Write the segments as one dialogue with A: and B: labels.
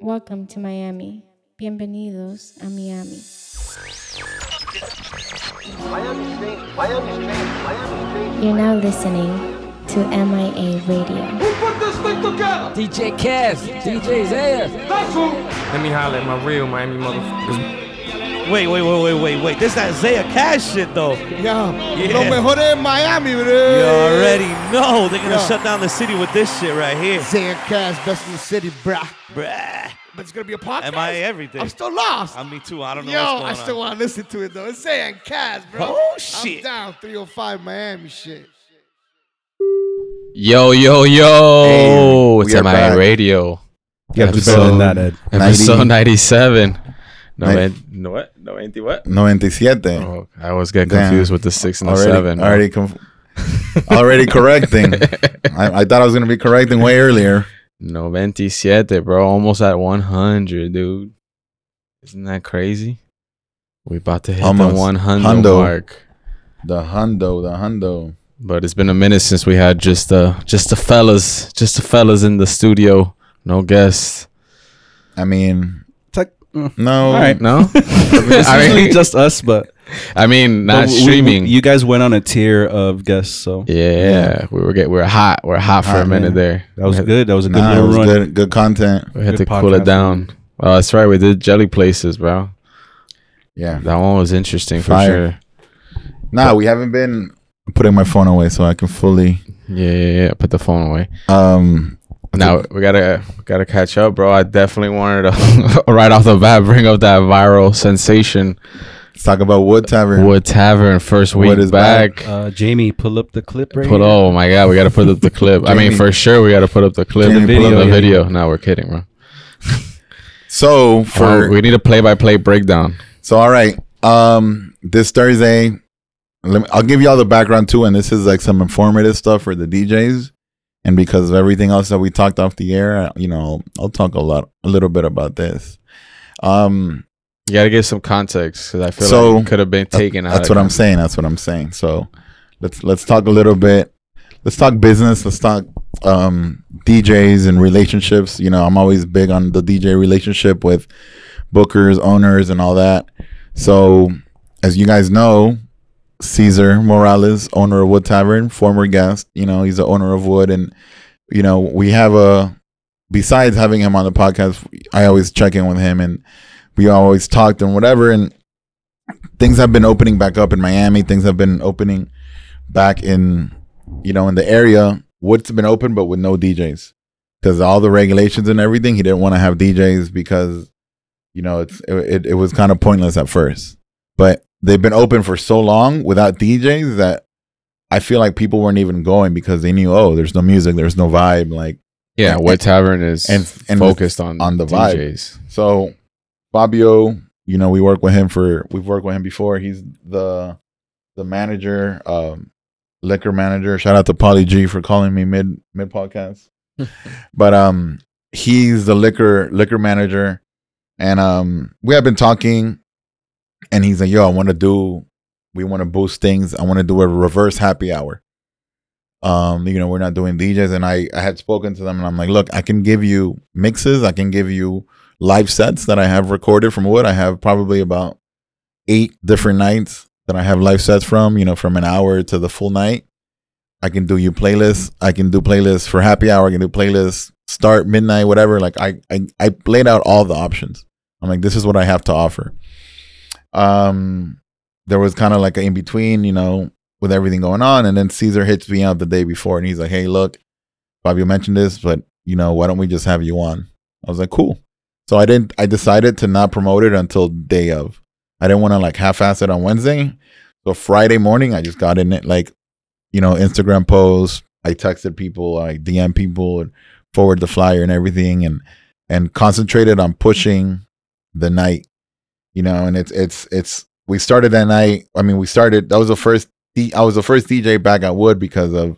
A: Welcome to Miami. Bienvenidos a Miami.
B: Miami's changed. Miami's changed. Miami's changed.
A: You're now listening to MIA Radio.
B: Who put this thing together?
C: DJ Kaz, DJ Zayas.
B: That's who.
D: Let me holler at my real Miami motherfuckers.
E: Wait, wait, wait, wait, wait, wait. This is that Zaya Cash shit though.
F: Ya,
E: Yeah.
F: lo mejor es Miami,
E: You
F: bro.
E: already know they're gonna
F: Yeah.
E: shut down the city with this shit right here.
F: Zaya Cash, best in the city, bruh.
E: Bruh.
F: But it's gonna be a podcast.
E: Am I everything?
F: I'm still lost.
E: I me too. I don't know
F: Yo,
E: what's going
F: I still
E: on.
F: want to listen to it though. It's Zaya Cash, bro.
E: Oh, shit.
F: I'm down 305 Miami shit.
G: Yo, yo, yo!
H: Hey,
G: it's
H: we are
G: MIA
H: back.
G: Radio.
H: You have to do better than that, Ed.
G: Episode 97. No,
H: Nin-
G: man, no, what? 90 what?
H: 97.
G: Oh, I always get
H: Damn.
G: confused with the 6 and oh. the
H: already,
G: 7. man.
H: Already, conf- already correcting. I, I thought I was going to be correcting way earlier.
G: 97, bro. Almost at 100, dude. Isn't that crazy? we about to hit
H: Almost.
G: the 100
H: Hundo.
G: mark.
H: The hundo, the hundo.
G: But it's been a minute since we had just the, just the fellas, just the fellas in the studio. No guests.
H: I mean,
I: Tech- mm.
H: no.
I: All right.
G: No?
I: It's
G: I
I: usually
G: mean-
I: just us, but
G: I mean,
I: but
G: not
I: we- we-
G: streaming.
I: you guys went on a tier of guests, so
G: Yeah, we were get we were hot. We are hot for a
H: Hot,
G: minute
H: yeah.
G: there.
I: that was
G: we had,
I: good. That was a good
H: Nah, it
I: little
H: was
I: run.
H: good, good content.
G: We had
I: Good
G: to cool it
I: podcast.
G: down. Oh, that's right. We did jelly places, bro.
H: Yeah.
G: That one was interesting
H: Fire.
G: for
H: Nah, we haven't been putting my phone away so I can fully.
G: sure. Yeah, yeah, yeah. Put the phone away.
H: Um,
G: Now we gotta gotta catch up, bro. I definitely wanted to right off the bat bring up that viral sensation.
H: let's talk about Wood Tavern.
G: Wood Tavern first week
H: What is
G: back.
I: Uh, Jamie, pull up the clip right
G: Put
I: here.
G: oh my god, we gotta put up the clip. I mean,
H: Jamie.
G: for sure we gotta put up the clip.
H: Jamie,
G: The
H: pull
G: video.
H: up
G: The
H: the
G: video. No, we're kidding, bro.
H: So, for.
G: Well, Oh, we need a play by play breakdown.
H: So all right, um, this Thursday, let me, I'll give you all the background too, and this is like some informative stuff for the DJs, and because of everything else that we talked off the air, you know, I'll talk a lot, a little bit about this. Um,
G: You gotta give some context because I feel
H: So,
G: like it could have been taken out.
H: that's
G: of
H: what I'm
G: context.
H: saying. That's what I'm saying. So let's let's talk a little bit. Let's talk business. Let's talk um, DJs and relationships. You know, I'm always big on the DJ relationship with bookers, owners, and all that. So, as you guys know, Caesar Morales, owner of Wood Tavern, former guest. You know, he's the owner of Wood, and you know we have a. Besides having him on the podcast, I always check in with him, and we always talked and whatever. And things have been opening back up in Miami. Things have been opening back in, you know, in the area. Wood's been open, but with no DJs because all the regulations and everything. He didn't want to have DJs because, you know, it's it, it, it was kind of pointless at first. But they've been open for so long without DJs that I feel like people weren't even going because they knew, oh, there's no music, there's no vibe, like.
G: Yeah, Wet Tavern is
H: and- and
G: focused on
H: on the vibe.
G: DJs.
H: So Fabio, you know, we work with him for we've worked with him before. He's the the manager, um, liquor manager. Shout out to Polly G for calling me mid mid podcast. but um he's the liquor liquor manager and um we have been talking and he's like, yo, I wanna do we wanna boost things. I wanna do a reverse happy hour. Um, you know, we're not doing DJs and I, I had spoken to them and I'm like, look, I can give you mixes, I can give you live sets that I have recorded from Wood. I have probably about eight different nights that I have live sets from, you know, from an hour to the full night. I can do you playlists. I can do playlists for happy hour. I can do playlists start midnight, whatever. Like I, I, I laid out all the options. I'm like, this is what I have to offer. Um, there was kind of like an in between, you know, with everything going on. And then Caesar hits me up the day before and he's like, hey, look, Fabio mentioned this, but you know, why don't we just have you on? I was like, cool. So I didn't. I decided to not promote it until day of. I didn't want to like half-ass it on Wednesday. So Friday morning, I just got in it like, you know, Instagram posts. I texted people. I DM people and forward the flyer and everything, and and concentrated on pushing the night. You know, and it's it's it's. We started that night. I mean, we started. That was the first. D- I was the first DJ back at Wood because of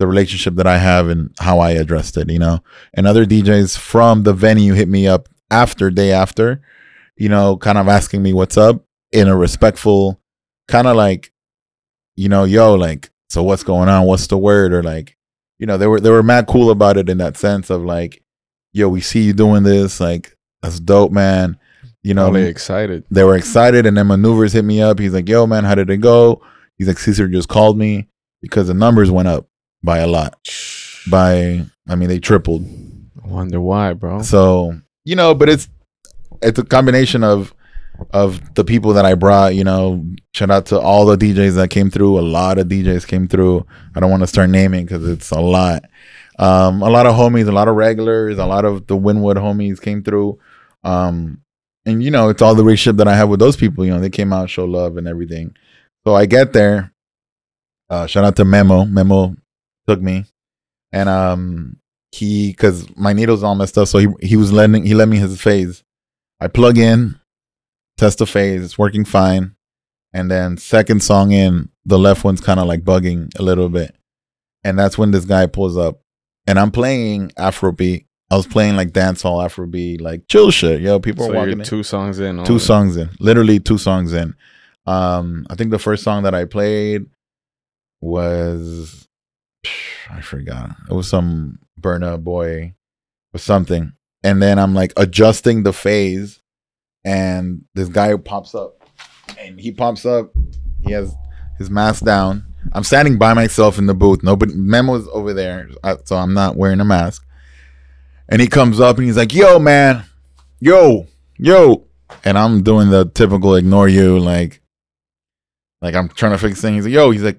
H: the relationship that I have and how I addressed it. You know, and other DJs from the venue hit me up after day after, you know, kind of asking me what's up in a respectful kind of like, you know, yo, like, so what's going on? What's the word? Or like, you know, they were they were mad cool about it in that sense of like, yo, we see you doing this, like, that's dope, man. You know,
G: Probably excited.
H: they were excited and then maneuvers hit me up he's like yo man how did it go he's like caesar just called me because the numbers went up by a lot by i mean they tripled
G: I wonder why, bro.
H: so you know but it's it's a combination of of the people that i brought you know shout out to all the djs that came through a lot of djs came through i don't want to start naming because it's a lot um a lot of homies a lot of regulars a lot of the winwood homies came through um and you know it's all the relationship that i have with those people you know they came out show love and everything so i get there uh shout out to memo memo took me and um he because my needle's all messed up so he he was lending he lent me his phase i plug in test the phase it's working fine and then second song in the left one's kind of like bugging a little bit and that's when this guy pulls up and i'm playing afrobeat i was playing like dancehall afrobeat like chill shit yo people
G: So
H: are walking
G: you're
H: in
G: two songs in.
H: two
G: only.
H: songs in literally two songs in um i think the first song that i played was i forgot it was some burna boy or something and then i'm like adjusting the phase and this guy pops up and he pops up he has his mask down i'm standing by myself in the booth nobody memo's over there uh, so i'm not wearing a mask and he comes up and he's like yo man yo yo and I'm doing the typical ignore you, like, like I'm trying to fix things. He's like, yo, he's like,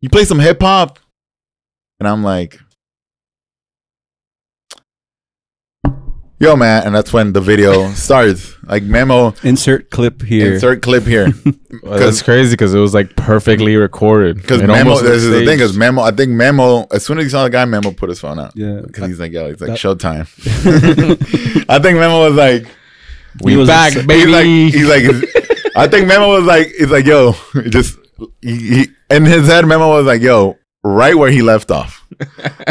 H: you play some hip hop, and I'm like, yo, man, and that's when the video starts. Like memo,
I: Insert clip here.
H: insert clip here,
G: Well, that's crazy because it was like perfectly recorded.
H: because
G: It
H: memo.
G: almost
H: This is the
G: looked
H: thing,
G: staged.
H: because memo. I think memo. As soon as he saw the guy, memo put his phone out.
I: Yeah.
H: Because he's like, yo, it's like
I: That-
H: showtime. I think Memo was like,
I: He
G: we
I: was
G: back,
I: upset.
G: baby.
H: He's like, he's like, I think Memo was like, he's like, yo, he just he, he, in his head, Memo was like, yo, right where he left off,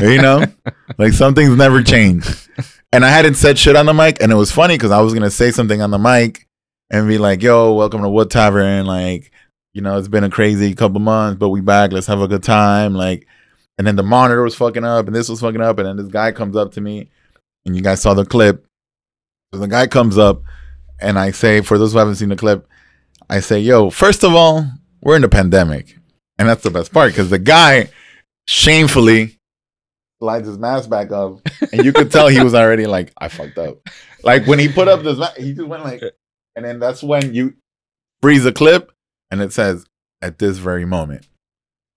H: you know, like something's never changed. And I hadn't said shit on the mic, and it was funny because I was gonna say something on the mic and be like, yo, welcome to Wood Tavern, like, you know, it's been a crazy couple months, but we back, let's have a good time, like. And then the monitor was fucking up, and this was fucking up, and then this guy comes up to me, and you guys saw the clip. So the guy comes up, and I say, for those who haven't seen the clip, I say, yo, first of all, we're in a pandemic. And that's the best part because the guy shamefully slides his mask back up. And you could tell he was already like, I fucked up. Like when he put up this, ma- he just went like, and then that's when you freeze the clip and it says, at this very moment,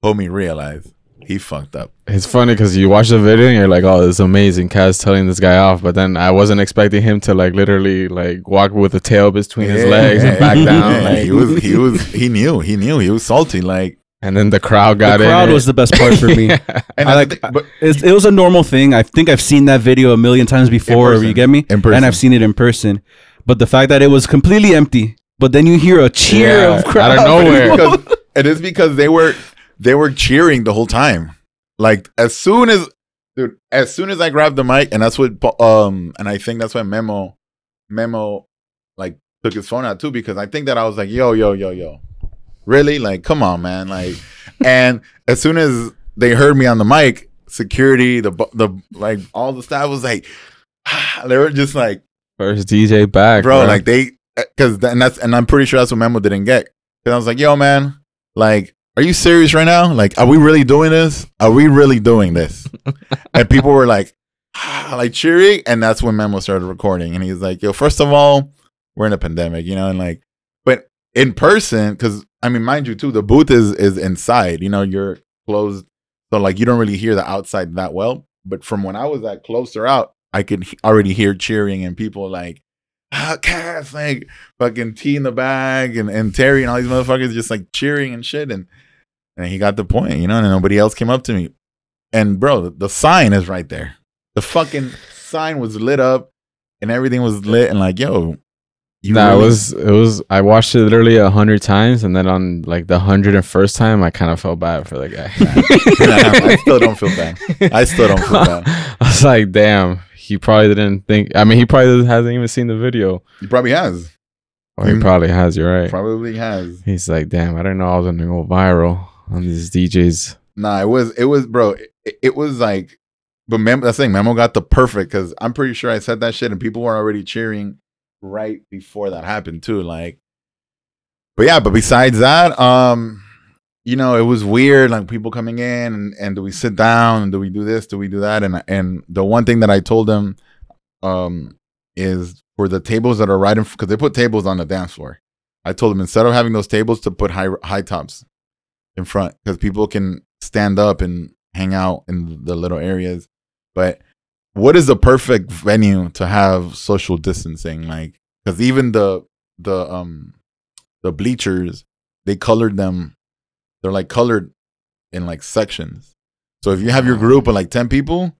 H: homie realized he fucked up.
G: It's funny because you watch the video and you're like, "Oh, this is amazing." Kaz telling this guy off, but then I wasn't expecting him to like literally like walk with the tail between his
H: Yeah,
G: legs and
H: yeah,
G: back
H: yeah,
G: down.
H: yeah.
G: like-
H: he was, he was, he knew, he knew, he was salty. Like,
G: and then the crowd
I: the
G: got in.
I: crowd was the best part for me.
H: and
I: I
H: that's
I: like-
H: the thing, but
I: It's, it was a normal thing. I think I've seen that video a million times before.
H: person.
I: You get me?
H: In person.
I: And I've seen it in person. But the fact that it was completely empty, but then you hear a cheer
G: Yeah,
I: of crowd.
G: out of nowhere.
H: because it is because they were they were cheering the whole time. Like as soon as dude, as soon as I grabbed the mic, and that's what Pa- um, and I think that's when Memo Memo like took his phone out too because I think that I was like, yo, yo, yo, yo, really? Like, come on, man, like. and as soon as they heard me on the mic, security, the bu- the like, all the staff was like, they were just like
G: first DJ back,
H: bro, Like they, because and that's and I'm pretty sure that's what Memo didn't get. Because I was like, yo, man, like, are you serious right now? Like, are we really doing this? Are we really doing this? and people were like, "Ah," like cheering, and that's when Memo started recording, and he's like, yo, first of all, we're in a pandemic, you know, and like, but in person, because I mean, mind you, too, the booth is is inside, you know, you're closed, so like you don't really hear the outside that well. But from when I was at closer out, I could he- already hear cheering and people like ah, Cass, like fucking T in the bag and, and Terry and all these motherfuckers just like cheering and shit. And and he got the point, you know, and nobody else came up to me. And bro, the sign is right there. The fucking sign was lit up and everything was lit and like, yo, you
G: That
H: really-
G: was it was I watched it literally a hundred times and then on like the hundred and first time I kind of felt bad for the guy.
H: I still don't feel bad. I still don't feel bad.
G: I was like, damn, he probably didn't think. I mean, he probably hasn't even seen the video,
H: He probably has.
G: or he
H: Mm.
G: probably has. You're right.
H: Probably has.
G: He's like, damn, I didn't know I was gonna go viral on these DJs.
H: Nah, it was it was bro. It, it was like, but Mem- that's the thing. Memo got the perfect because I'm pretty sure I said that shit and people were already cheering right before that happened too. Like, but yeah, but besides that, um, you know, it was weird. Like people coming in and, and do we sit down and do we do this? Do we do that? And and the one thing that I told them, um, is for the tables that are right in because they put tables on the dance floor. I told them instead of having those tables to put high high tops in front because people can stand up and hang out in the little areas. But what is the perfect venue to have social distancing? Like because even the the um the bleachers they colored them they're like colored in like sections. So if you have your group of like ten people,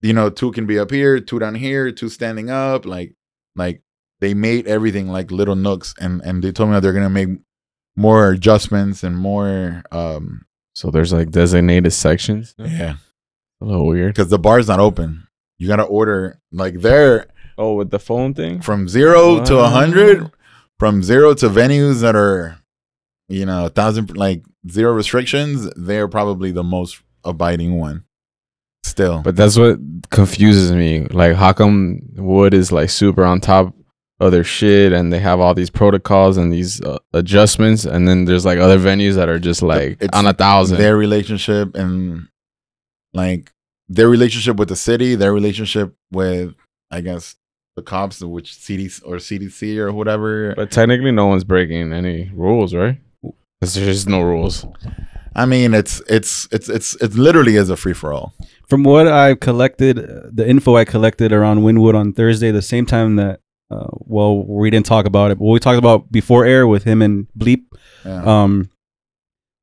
H: you know, two can be up here, two down here, two standing up, like like they made everything like little nooks and and they told me that they're gonna make more adjustments and more um
G: So there's like designated sections.
H: yeah
G: A little weird.
H: because the bar's not open you gotta order like there
G: Oh, with the phone thing.
H: from zero to a
G: Wow.
H: hundred from zero to venues that are you know a thousand like zero restrictions they're probably the most abiding one still
G: But that's what confuses me. Like, how come Wood is like super on top of their shit, and they have all these protocols and these uh, adjustments, and then there's like other venues that are just like
H: It's
G: on a thousand.
H: their relationship and like their relationship with the city, their relationship with I guess the cops, which CDC or CDC or whatever.
G: But technically, no one's breaking any rules, right? 'Cause there's just no rules.
H: I mean, it's it's it's it's it literally is a free for all.
I: From what I collected, uh, the info I collected around Winwood on Thursday, the same time that, uh, well, we didn't talk about it, but we talked about before air with him and Bleep.
H: Yeah.
I: Um,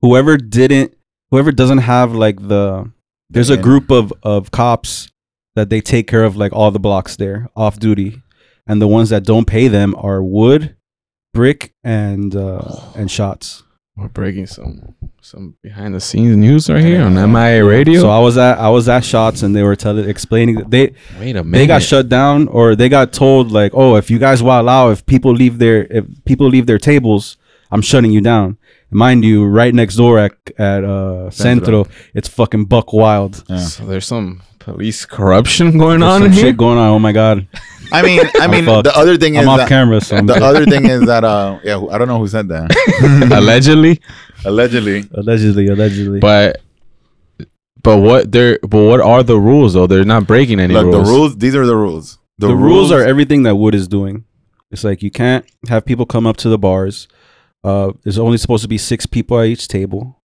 I: whoever didn't, whoever doesn't have like the, there's a
H: Yeah.
I: group of of cops that they take care of like all the blocks there off duty, and the ones that don't pay them are Wood, Brick, and uh, and Shots.
G: We're breaking some some behind the scenes news right here on MIA Radio.
I: uh, So I was at I was at Shots, and they were telling explaining that they
G: Wait a minute.
I: they got shut down or they got told like oh if you guys wild out if people leave their if people leave their tables i'm shutting you down mind you right next door at at uh centro it's fucking buck wild
H: Yeah.
G: So there's some police corruption going
I: There's
G: on
I: some
G: in here.
I: shit going on oh my god
H: I mean, I
I: I'm
H: mean,
I: fucked.
H: the other thing is
I: i'm off
H: that,
I: camera so I'm
H: the
I: good.
H: other thing is that uh yeah who- I don't know who said that
G: Allegedly,
H: allegedly
I: allegedly allegedly
G: but but what they're but what are the rules though? They're not breaking any
H: look
G: rules.
H: the rules these are the rules
I: the, rules, are everything that wood is doing it's like you can't have people come up to the bars uh there's only supposed to be six people at each table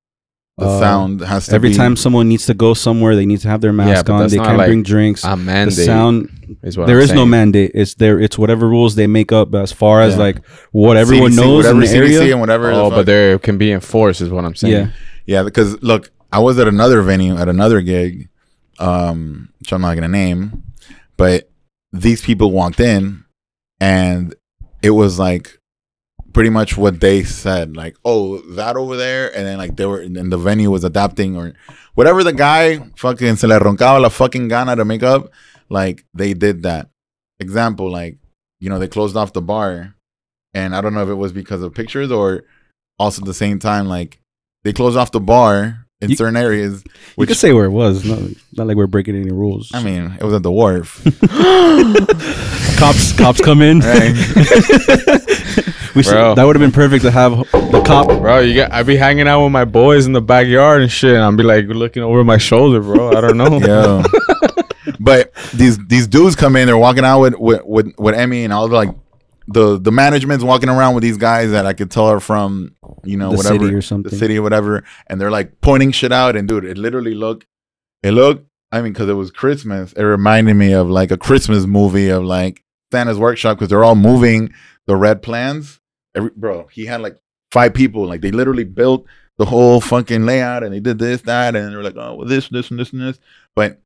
H: the
I: Uh,
H: sound has to
I: Every
H: be-
I: time someone needs to go somewhere, they need to have their mask
G: but
I: on.
G: that's
I: They
G: not
I: can't
G: like
I: bring drinks.
G: A
I: the
G: mandate
I: sound
G: Ah, is what
I: there
G: I'm
I: is no
G: saying.
I: mandate it's there it's whatever rules they make up as far as
H: Yeah.
I: like what everyone
H: CDC,
I: knows
H: whatever
I: in the
H: CDC
I: area
H: and whatever the
G: Oh,
H: fuck.
G: but there can be enforced, is what I'm saying.
I: yeah
H: Yeah, because look, I was at another venue at another gig, um, which I'm not gonna name, but these people walked in, and it was like pretty much what they said, like, "Oh, that over there," and then like they were, and then the venue was adapting or whatever the guy fucking se le roncaba la fucking gana to make up, like they did that. Example, like you know they closed off the bar, and I don't know if it was because of pictures or also at the same time like they close off the bar in
I: You-
H: certain areas.
I: we could say where it was not, not like we're breaking any rules
H: I mean, it was at the wharf.
I: cops cops come in
H: Right.
I: we should,
G: Bro.
I: that would have been perfect to have the cop
G: Bro, you got I be hanging out with my boys in the backyard and shit, and I'll be like looking over my shoulder, bro. I don't know.
H: yeah. but these these dudes come in, they're walking out with with with, with Emmy and all the, like the the management's walking around with these guys that I could tell are from you know
I: The
H: whatever
I: city or
H: the
I: something.
H: city or whatever, and they're like pointing shit out. And dude, it literally looked it looked. I mean, because it was Christmas, it reminded me of like a Christmas movie of like Santa's workshop because they're all moving the red plans. Every, bro, he had like five people. Like they literally built the whole fucking layout and they did this, that, and they were like, oh, well, this, this, and this, and this. But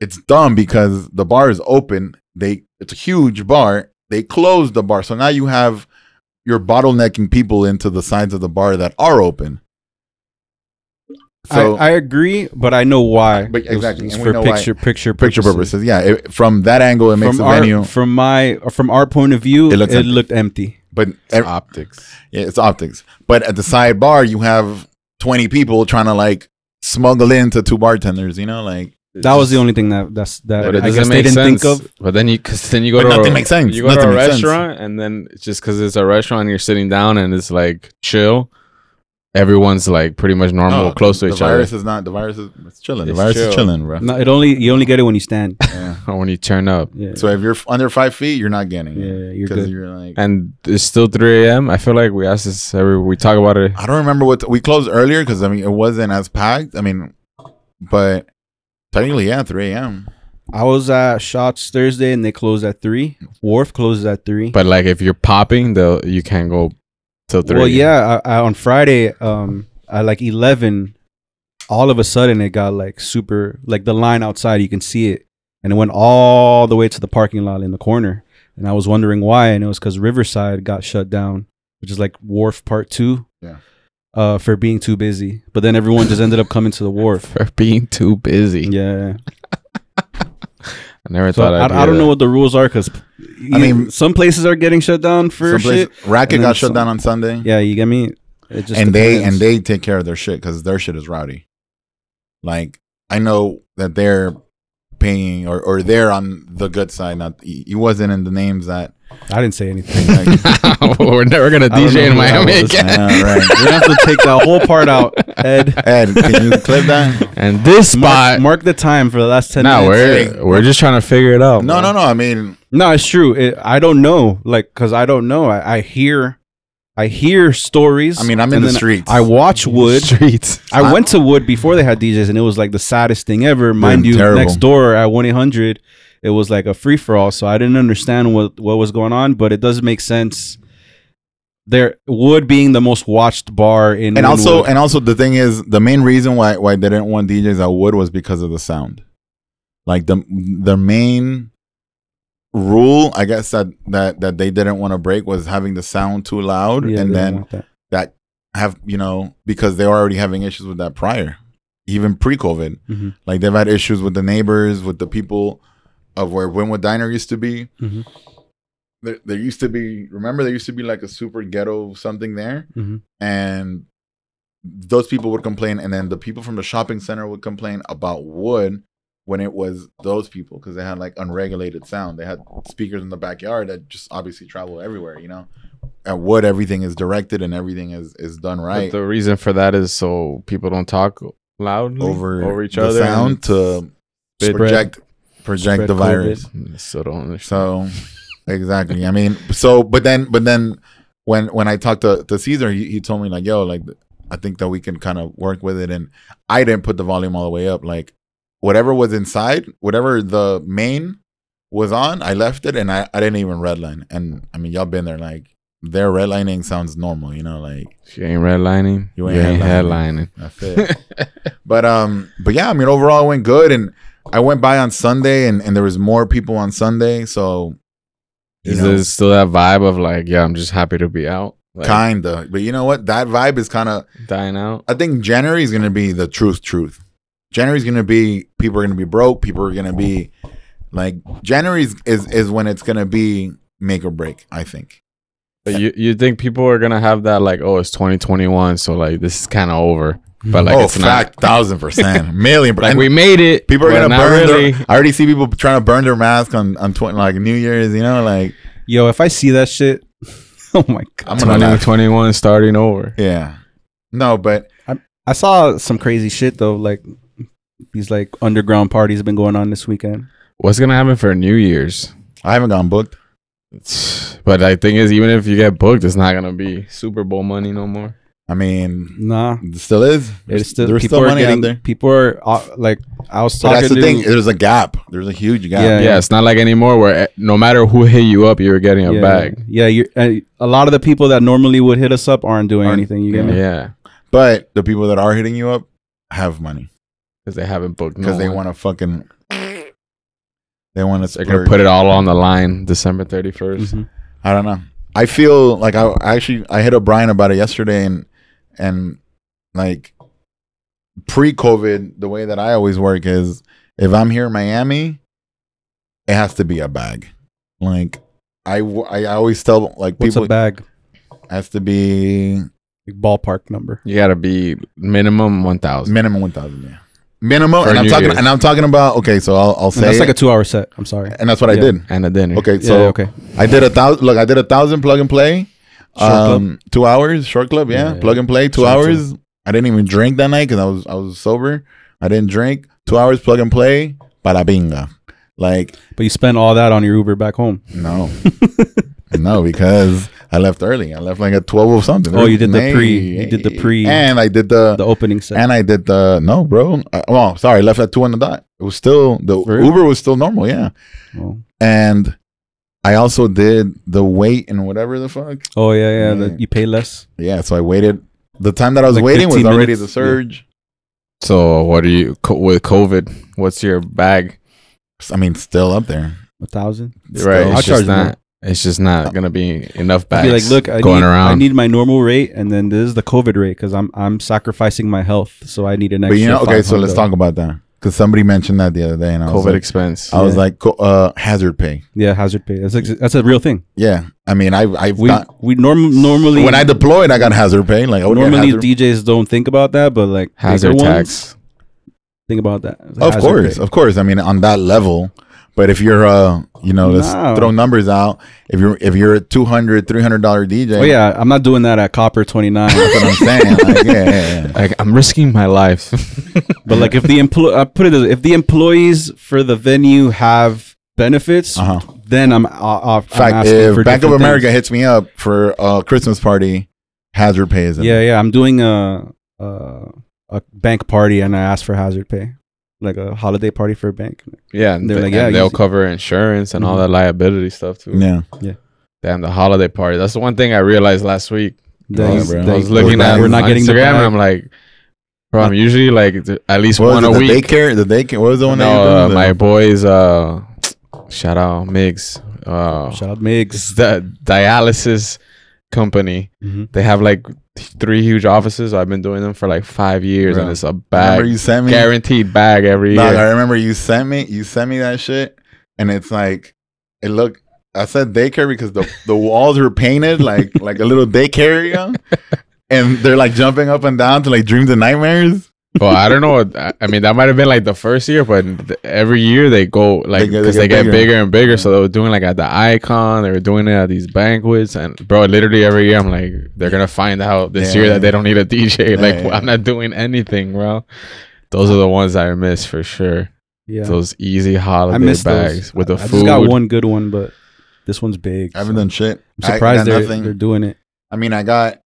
H: it's dumb because the bar is open. They it's a huge bar. They closed the bar, so now you have you're bottlenecking people into the sides of the bar that are open. So
I: I, I agree but i know why
H: But-
I: It was-
H: exactly,
I: it was
H: and we
I: for
H: know why.
I: picture picture
H: picture purposes, yeah. It, from that angle, it makes
I: from
H: the
I: our
H: venue,
I: from my from our point of
H: It
I: view it,
H: looks empty.
I: looked empty
H: but ev-
G: Optics.
H: Yeah, it's optics. But at the sidebar, you have 20 people trying to like smuggle into two bartenders, you know, like
I: That was the only thing that that's that
G: But it
I: I
G: doesn't
I: guess they
G: make
I: didn't
G: sense.
I: think of.
G: But then you, cause then you go
H: But
G: to
H: nothing
G: a,
H: makes sense.
G: You go
H: Nothing
G: to a
H: makes sense.
G: restaurant, and then just because it's a restaurant, you're sitting down and it's like chill. Everyone's like pretty much normal,
I: Oh,
H: No,
G: close to
H: the
G: each
H: virus is not. The virus is it's chilling.
G: It's
H: the virus
G: chill.
H: is chilling, bro.
I: No, it only you only get it when you stand.
H: Yeah.
G: other when you turn up.
I: Yeah,
H: So if you're f- under five feet, you're not getting
I: yeah,
H: it.
I: you're
H: 'Cause
I: good.
H: you're like.
G: And it's still 3 a.m. I feel like we ask this every. We talk about it.
H: I don't remember what we closed earlier because I mean it wasn't as packed. I mean, but technically, yeah, three a.m.
I: I was at Shots Thursday and they closed at three. Wharf closes at three.
G: But like if you're popping, though, you can't go till three.
I: Well, yeah, I, I, on Friday, um, at like eleven, all of a sudden it got like super, like the line outside, you can see it, and it went all the way to the parking lot in the corner. And I was wondering why, and it was because Riverside got shut down, which is like Wharf Part Two,
H: Yeah.
I: uh, for being too busy. But then everyone just ended up coming to the Wharf.
G: for being too busy.
I: Yeah,
G: I never
I: so
G: thought.
I: I,
G: I'd
I: I
G: hear
I: don't know
G: that.
I: what the rules are because
H: I mean-
I: some places are getting shut down for
H: Some place-
I: shit.
H: Racket
I: And
H: got
I: then
H: shut
I: some-
H: down on Sunday.
I: Yeah, you get me. It just
H: and they
I: depends.
H: and they take care of their shit because their shit is rowdy. Like I know that they're paying or or they're on the good side. Not he he wasn't in the names that.
I: I didn't say anything.
H: Like,
G: We're never gonna
I: I don't know
G: DJ in
I: who that
G: Miami
I: was,
G: again.
H: yeah, right.
I: We're gonna have to take that whole part out, Ed.
H: Ed, can you clip that?
G: And this
I: Mark,
G: spot.
I: mark the time for the last ten
G: Nah,
I: minutes.
G: we're we're just trying to figure it out.
H: No, no, no. I mean,
I: No, it's true. It, I don't know, like, cause I don't know. I, I hear, I hear stories.
H: I mean, I'm in
I: and
H: the
I: then
H: streets.
I: I watch Wood.
G: Streets.
I: I went to Wood before they had DJs, and it was like the saddest thing ever. Mind you,
H: terrible.
I: next door at one eight hundred, it was like a free for all. So I didn't understand what what was going on, but it does make sense. There, Wood being the most watched bar in,
H: and also
I: Wood.
H: and also the thing is the main reason why why they didn't want DJs at Wood was because of the sound. Like the the main rule, I guess that that that they didn't want to break was having the sound too loud,
I: Yeah, they
H: and
I: didn't
H: then
I: want that.
H: that have you know because they were already having issues with that prior, even pre-COVID.
I: Mhm.
H: Like they've had issues with the neighbors, with the people of where Winwood Diner used to be.
I: Mhm.
H: There, there used to be remember there used to be like a super ghetto something there
I: Mhm.
H: and those people would complain and then the people from the shopping center would complain about wood when it was those people because they had like unregulated sound they had speakers in the backyard that just obviously travel everywhere you know at wood everything is directed and everything is is done
G: But
H: right
G: the reason for that is so people don't talk loud
H: over
G: over each
H: the
G: other.
H: sound to
I: Spread-
H: project project
I: spread
H: the virus
I: COVID.
G: and so don't understand.
H: So exactly. I mean, so but then but then when when I talked to, to Caesar, he, he told me like, yo, like I think that we can kind of work with it. And I didn't put the volume all the way up. Like whatever was inside, whatever the main was on, I left it and I, I didn't even redline. And I mean y'all been there like their redlining sounds normal, you know, like
G: If you ain't redlining, you
H: You
G: ain't,
H: ain't
G: headlining.
H: headlining. that's it. but um, but yeah, I mean, overall it went good, and I went by on Sunday, and, and there was more people on Sunday, so you
G: Is
H: know.
G: there still that vibe of like, yeah, I'm just happy to be out, like,
H: kinda. But you know what? That vibe is kind of.
G: dying out?
H: I think January is gonna be the truth. Truth. January is gonna be people are gonna be broke. People are gonna be like January is is, is when it's gonna be make or break. I think.
G: But you you think people are gonna have that like, oh, it's 2021, so like this is kind of over. But like
H: oh,
G: it's
H: fact, thousand percent, million.
G: not. Like
H: percent.
G: we made it.
H: people are
G: but
H: gonna
G: not
H: burn.
G: really.
H: Their, I already see people trying to burn their mask on on tw- like New Year's. You know, like
I: Yo, if I see that shit, oh my god.
H: I'm gonna laugh.
G: 2021 starting over.
H: Yeah. No, but
I: I saw some crazy shit though, like these like underground parties have been going on this weekend.
G: What's gonna happen for New Year's?
H: I haven't gotten booked.
G: But the thing is, even if you get booked, it's not gonna be Super Bowl money no more.
H: I mean,
I: Nah.
H: it still is.
I: There's still
H: there's
I: people
H: still
I: are
H: money
I: getting,
H: out there.
I: People are uh, like I was
H: But
I: talking
H: that's the
I: to
H: thing. There's a gap. There's a huge gap.
I: Yeah.
G: Yeah, it's not like anymore where eh, no matter who hit you up, you're getting a
I: yeah,
G: bag.
I: Yeah, you're, uh, a lot of the people that normally would hit us up aren't doing
H: Aren't-
I: anything. You get me?
G: Yeah,
H: But the people that are hitting you up have money
G: because they haven't booked.
H: because
G: no
H: they
G: one.
H: want to fucking. They want to.
G: They're gonna put it all on the line December 31st.
I: Mhm.
H: I don't know. I feel like I, I actually I hit up Brian about it yesterday and and like pre-COVID, the way that I always work is if I'm here in Miami, it has to be a bag. Like I w- I always tell like
I: What's
H: people
I: a bag?
H: has to be
I: Like ballpark number.
G: You gotta be minimum 1,000.
H: minimum one thousand. Yeah, minimum,
G: For
H: and I'm
G: New
H: talking,
G: Year's.
H: and I'm talking about. Okay, so I'll, I'll
I: And
H: say,
I: that's like a
H: it,
I: two-hour set. I'm sorry.
H: and that's what I
I: yeah.
H: did.
G: and a dinner.
H: Okay,
I: Yeah,
H: so
I: okay.
H: I did a thousand. Look, I did a thousand plug and play.
I: Short
H: um, two hours short club. Yeah,
I: Yeah, yeah.
H: plug and play. Two
I: Short
H: hours. I didn't even drink that night because I was I was sober. I didn't drink. Two hours plug and play. Para binga. Like
I: But you spent all that on your Uber back home.
H: no, no, because I left early. I left like at twelve or something.
I: Oh, you did the pre- you did the pre-
H: and I did the,
I: The opening set.
H: and I did the no, bro. Uh, well, sorry, I left at two on the dot. It was still the
I: Really?
H: Uber was still normal. Yeah,
I: oh.
H: and I also did the wait and whatever the fuck.
I: Oh, yeah, yeah.
H: Yeah.
I: that you pay less.
H: Yeah, so I waited. The time that I was
I: Like
H: waiting was
I: 15
H: already
I: minutes?
H: the surge.
G: So what do you co- with COVID? What's your bag?
H: I mean, still up there.
I: A thousand.
H: Still.
G: right,
I: I'll
G: it's
I: charge
G: just not. It's just not gonna be enough
I: I'd
G: bags.
I: be like, look, I
G: going
I: need,
G: around.
I: I need my normal rate, and then this is the COVID rate because I'm I'm sacrificing my health, so I need an
H: But
I: extra.
H: you know, okay, so let's
I: 500.
H: talk about that because somebody mentioned that the other day, and I was
G: COVID
H: like,
G: expense.
H: I was
I: Yeah.
H: like, co- uh, hazard pay.
I: Yeah, hazard pay. That's ex- that's a real thing.
H: Yeah, I mean, I've I've
I: We
H: not,
I: we norm- normally
H: when I deployed, I got hazard pay. Like I would
I: normally
H: get hazard,
I: DJs don't think about that, but like
G: hazard
I: bigger
G: tax.
I: ones, think about that.
H: of
I: Hazard
H: course,
I: pay.
H: of course. I mean, on that level. But if you're, uh, you know, let's
I: No.
H: throw numbers out. If you're if you're a 200 300 dollar DJ,
I: Oh yeah, I'm not doing that at Copper 29.
H: that's what I'm saying. Like, yeah, yeah, yeah.
G: Like, I'm risking my life.
I: But like if the employ I put it as if the employees for the venue have benefits,
H: Uh-huh.
I: then I'm, uh, uh, I'm
H: In fact,
I: asking
H: if
I: for
H: Bank of
I: different
H: America
I: things.
H: hits me up for a Christmas party, hazard pay is in
I: Yeah, yeah, I'm doing a, a a bank party and I asked for hazard pay, like a holiday party for a bank.
G: yeah, and
I: They're
G: they,
I: like, yeah,
G: and they'll
I: easy.
G: cover insurance and all
I: Mhm.
G: that liability stuff too.
H: Yeah.
G: Damn, the holiday party. That's the one thing I realized last week.
I: They-
H: Yeah,
G: I was,
H: bro.
G: I
I: they-
G: was looking at
I: We're not getting the
G: Instagram,
I: bag.
G: and I'm like, bro, I'm usually like th- at least one
H: What was it,
G: a
H: the
G: week.
H: daycare? The daycare? What was the one
G: no,
H: that you
G: uh,
H: doing?
G: my boys, uh, shout out Migs, uh,
I: Shout out Migs.
G: it's the dialysis company.
H: Mm-hmm.
I: Mhm.
G: They have like three huge offices. I've been doing them for like five years,
H: Bro.
G: and it's a
H: remember
G: bag,
H: you sent me?
G: guaranteed bag every
H: Dog, I
G: year.
H: remember you sent me. You sent me that shit, and it's like it looked. I said daycare because the the walls were painted like like a little daycare area, and they're like jumping up and down to like dreams and nightmares.
G: Well, I don't know. what- I- I mean, that might have been like the first year, but th- every year they go like
H: They get- they
G: because they,
H: get
G: get,
H: bigger.
G: bigger. and bigger. So they were doing like at the icon. They were doing it at these banquets, and bro, literally every year I'm like, they're gonna find out this
H: Yeah,
G: year
H: yeah.
G: that they don't need a DJ. like
H: yeah,
G: I'm
H: yeah.
G: not doing anything, bro. Those are the ones I miss for sure.
I: Yeah,
G: Those easy
I: I
G: holiday
I: missed
G: bags
I: those.
G: with
I: I,
G: the
I: I
G: food.
I: just got one good one, but this one's big.
H: I haven't
I: so
H: done shit. I-
I: I'm
H: I
I: surprised
H: got
I: they're,
H: nothing.
I: they're doing it.
H: I mean, I got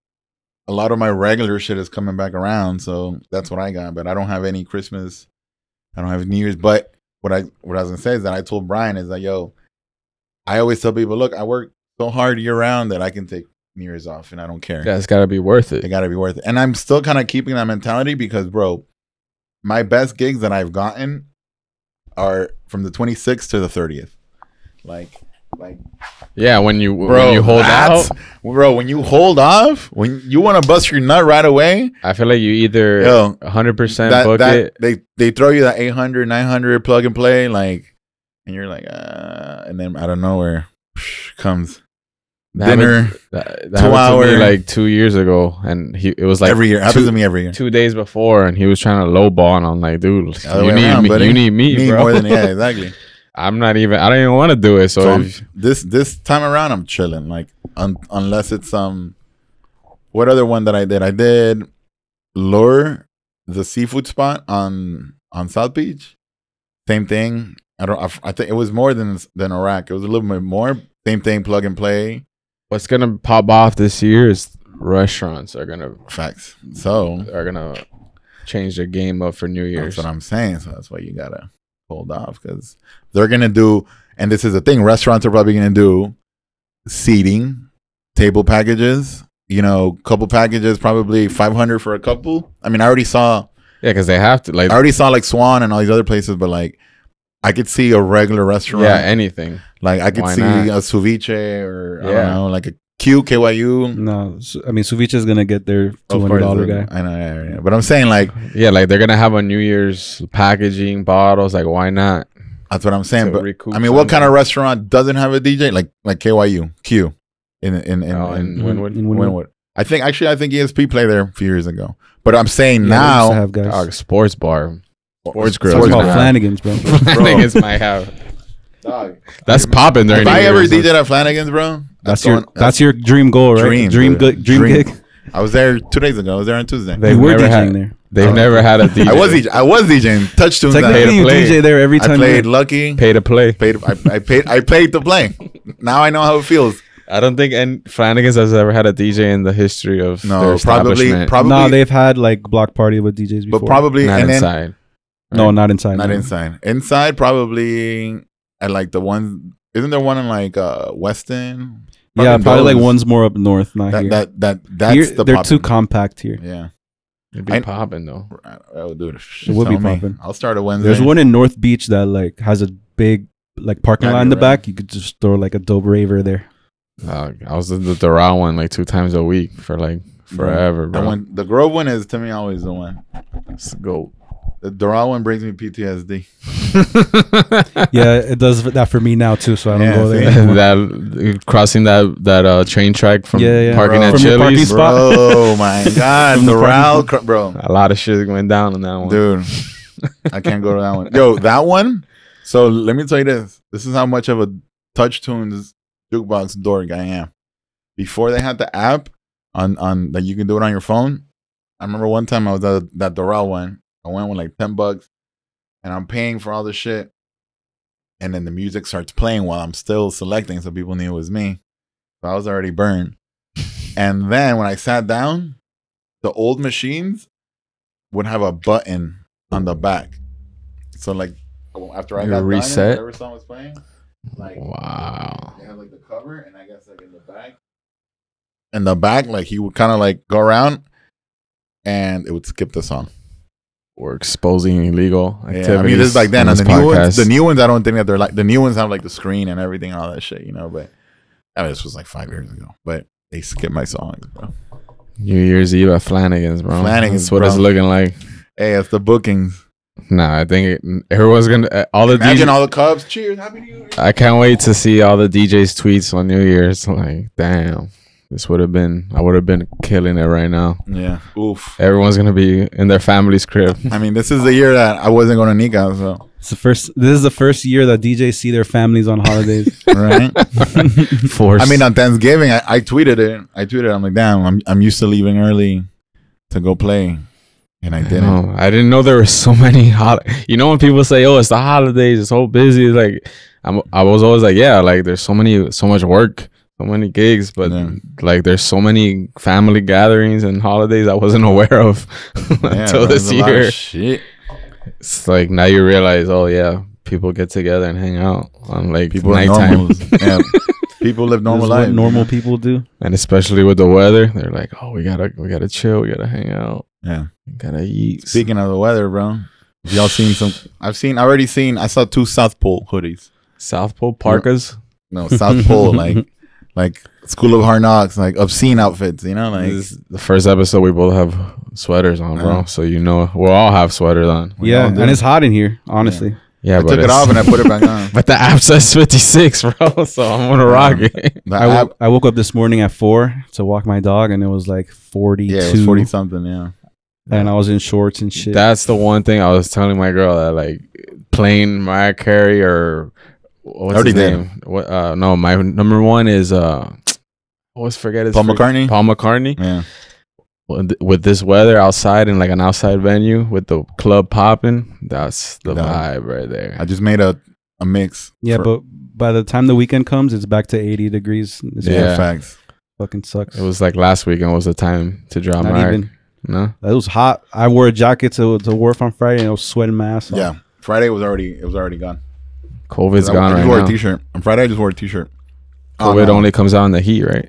H: a lot of my regular shit is coming back around, so that's what I got. But I don't have any Christmas. I don't have New Year's. But what I what I was gonna say is that I told Brian is that yo, I always tell people, look, I work so hard year round that I can take New Year's off, and I don't care.
G: Yeah, it's gotta be worth it.
H: It got to be worth it. And I'm still kind of keeping that mentality because, bro, my best gigs that I've gotten are from the 26th to the 30th. Like, like,
G: Yeah, when you
H: bro,
G: when you hold
H: that's-
G: out,
H: bro, when you hold off, when you want to bust your nut right away,
G: I feel like you either
H: yo,
G: hundred percent
H: that,
G: book
H: that
G: it.
H: they they throw you that 800, 900 plug and play, like, and you're like, uh, and then out of nowhere psh, comes
G: That
H: dinner
G: That, that happened to me
H: hour.
G: like two years ago, and he it was like
H: every year. Happens to
G: two,
H: me every year.
G: two days before, and he was trying to lowball, and I'm like, dude,
H: Other
G: you
H: way
G: need
H: around,
G: me,
H: buddy.
G: you need me,
H: Me
G: bro.
H: more than yeah, exactly.
G: I'm not even. I don't even want to do it. So,
H: So I'm-
G: if-
H: this this time around, I'm chilling. Like un, unless it's um, what other one that I did? I did lure the seafood spot on on South Beach. Same thing. I don't. I, f- I think it was more than than Iraq. It was a little bit more. Same thing. Plug and play.
G: what's gonna pop off this year is restaurants are gonna
H: Facts. So
G: are gonna change their game up for New Year's.
H: That's what I'm saying. So that's why you gotta hold off because they're gonna do. And this is the thing: restaurants are probably gonna do seating, table packages. You know, couple packages, probably 500 for a couple. I mean, I already saw,
G: Yeah, because they have to like.
H: I already saw like Swan and all these other places, but like, I could see a regular restaurant.
G: Yeah, anything.
H: like I could
G: why
H: see
G: not?
H: a ceviche or I don't
G: Yeah.
H: know, like a Q KYU.
I: No, so, I mean Suvicha is gonna get their two
G: Oh,
H: Of
I: hundred
H: course,
I: dollar
H: the-
I: guy.
H: I know, yeah, yeah. but I'm saying like
G: Yeah, like they're gonna have a New Year's packaging bottles. Like, why not?
H: That's what I'm saying.
G: to
H: But
G: recoup
H: I mean, what
G: some
H: kind of restaurant doesn't have a DJ? Like like KYU Q in in in,
G: Oh,
H: in,
G: in Winwood?
I: In Winwood.
H: Winwood. I think E actually I think ESP played there a few years ago. But I'm saying
I: Yeah, they used to
H: now
I: have guys.
G: Dog, sports bar. Sports
I: It's
G: grill.
I: called
G: Sports
I: Flanagan's, bro.
G: Flanagan's might have.
H: Dog.
G: That's popping during
H: If
G: the
H: I ever
G: years.
H: did at Flanagan's, bro,
I: That's your
H: going-
I: that's your dream goal, right? Dream dream,
H: bro.
I: gu- dream,
H: Dream.
I: gig.
H: I was there two days ago. I was there on Tuesday.
I: You were
G: never
I: DJing
G: had-
I: there.
G: They've never had a DJ.
H: Oh. I was DJ, I was DJing. Touch tunes.
G: Pay to
I: Technically, you
G: play.
I: DJ there every
H: I
I: time.
H: played
I: you-
H: lucky.
G: pay to play.
H: Paid. I, I paid. I paid to play. Now I know how it feels.
G: I don't think and Flanagan's has ever had a DJ in the history of their
H: No, probably,
G: establishment.
H: probably,
I: no, they've had like block party with DJs before.
H: but probably,
G: not
H: and then
G: inside.
I: no, not inside.
H: not
I: no.
H: inside. Inside, probably at like the one. Isn't there one in like uh Weston?
I: Yeah, probably like
H: those.
I: one's more up north, not
H: That
I: here.
H: that that that's
I: Here-
H: the.
I: they're
H: poppin'.
I: too compact here.
H: Yeah,
G: It'd be
H: I-
G: popping though.
H: oh, dude, it
I: would be poppin'.
H: I'll start a Wednesday.
I: There's one in North Beach that like has a big like parking
H: Yeah,
I: lot in the
H: you're right.
I: back. You could just throw like a dope raver there.
G: Uh, I was in the Doral one like two times a week for like forever,
H: The
G: bro.
H: one, the Grove one is to me always the one.
G: Let's go.
H: The Doral one brings me PTSD.
I: yeah, it does that for me now too, so I don't
H: Yeah,
I: go
H: see?
I: there. anymore.
G: that crossing that that uh, train track from
I: Yeah, yeah.
G: parking
H: Bro.
G: at
H: From
I: your parking
G: Chili's.
I: spot.
H: Oh my God,
I: From the
H: Doral, cr- bro,
G: A lot of shit went down on that one.
H: dude, I can't go to that one. Yo, that one. So let me tell you this. This is how much of a touch tunes jukebox dork I am. Before they had the app on on that you can do it on your phone. I remember one time I was at that Doral one. I went with like ten bucks, and I'm paying for all this shit. And then the music starts playing while I'm still selecting, so people knew it was me. So I was already burned. And then when I sat down, the old machines would have a button on the back. So like after I
G: You
H: got done,
G: reset?
H: whatever song was playing, like
G: Wow.
H: they have like the cover, and I guess like in the back. In the back, like he would kind of like go around, and it would skip the song.
G: We're exposing illegal activities.
H: Yeah, I mean, this is like then.
G: on
H: And the
G: this
H: new ones,
G: podcast.
H: the new ones, I don't think that they're like the new ones have like the screen and everything, and all that shit, you know. But I mean, this was like five years ago, but they skip my songs, bro.
G: New Year's Eve at Flanagan's, bro.
H: Flanagan's,
G: That's what
H: bro.
G: it's looking like.
H: Hey, it's the bookings.
G: Nah, I think it, everyone's gonna uh, all the
H: Imagine
G: DJ
H: all the Cubs. Cheers, happy New Year.
G: I can't wait to see all the DJs' tweets on New Year's. Like, damn, this would have been I would have been killing it right now.
H: Yeah, oof.
G: Everyone's gonna be in their family's crib.
H: I mean, this is the year that I wasn't going to Nika, so
I: It's the first. This is the first year that DJs see their families on holidays.
H: right.
G: Force.
H: I mean, on Thanksgiving, I, I tweeted it. I tweeted, I'm like, damn, I'm I'm used to leaving early to go play, and I didn't.
G: No, I didn't know there were so many hot. You know when people say, "Oh, it's the holidays, it's so busy." Like, I'm, I was always like, "Yeah, like there's so many, so much work, so many gigs," but
H: Yeah.
G: like there's so many family gatherings and holidays I wasn't aware of
H: Yeah,
G: until
H: bro,
G: this
H: there's a lot of
G: year.
H: shit.
G: It's like now you realize, oh yeah, people get together and hang out on like
H: People are
G: nighttime,
H: normal. yeah, people live
I: This
H: normal
I: is what
H: lives.
I: normal people do.
G: and especially with the weather, they're like, "Oh, we gotta, we gotta chill, we gotta hang out,
H: Yeah.
G: we gotta eat."
H: Speaking of the weather, bro, if y'all seen some? I've seen. I already seen. I saw two South Pole hoodies.
G: South Pole parkas.
H: No, South Pole like, like School of Hard Knocks, like obscene outfits. You know, like
G: This is the first episode we both have sweaters on, bro.
H: Uh-huh.
G: So you know we'll all have sweaters on.
H: we
I: yeah,
H: all do.
I: and it's hot in here. Honestly,
G: Yeah,
H: I
G: but
H: took it
G: it's-
H: off and I put it back on.
G: But the app says fifty six, bro. So I'm gonna rock it.
H: The
I: I,
H: app-
I: woke, I woke up this morning at four to walk my dog, and it was like forty-two,
H: yeah, it was forty something. Yeah,
I: and I was in shorts and shit.
G: That's the one thing I was telling my girl that like plain Mariah Carey or what's
H: Already
G: his
H: did.
G: name? What? Uh, no, my number one is uh, I always forget his
H: Paul
G: freak-
H: McCartney?
G: Paul McCartney.
H: yeah.
G: With th- With this weather outside in like an outside venue with the club popping, that's the
H: Dog.
G: vibe right there.
H: I just made a a mix.
I: yeah,
H: for-
I: but by the time the weekend comes, it's back to eighty degrees. This
H: yeah,
I: yeah,
G: Yeah.
H: facts.
I: fucking sucks.
G: It was like last weekend was the time to drop
I: not
G: my
I: even.
G: no.
I: It was hot. I wore a jacket to to work on Friday, and I was sweating my ass off.
H: Yeah, Friday was already it was already gone.
G: COVID's
H: I,
G: gone
H: I just
G: right
H: wore a
G: now.
H: t-shirt on Friday. I just wore a t-shirt.
G: COVID
H: no.
G: only comes out in the heat, right?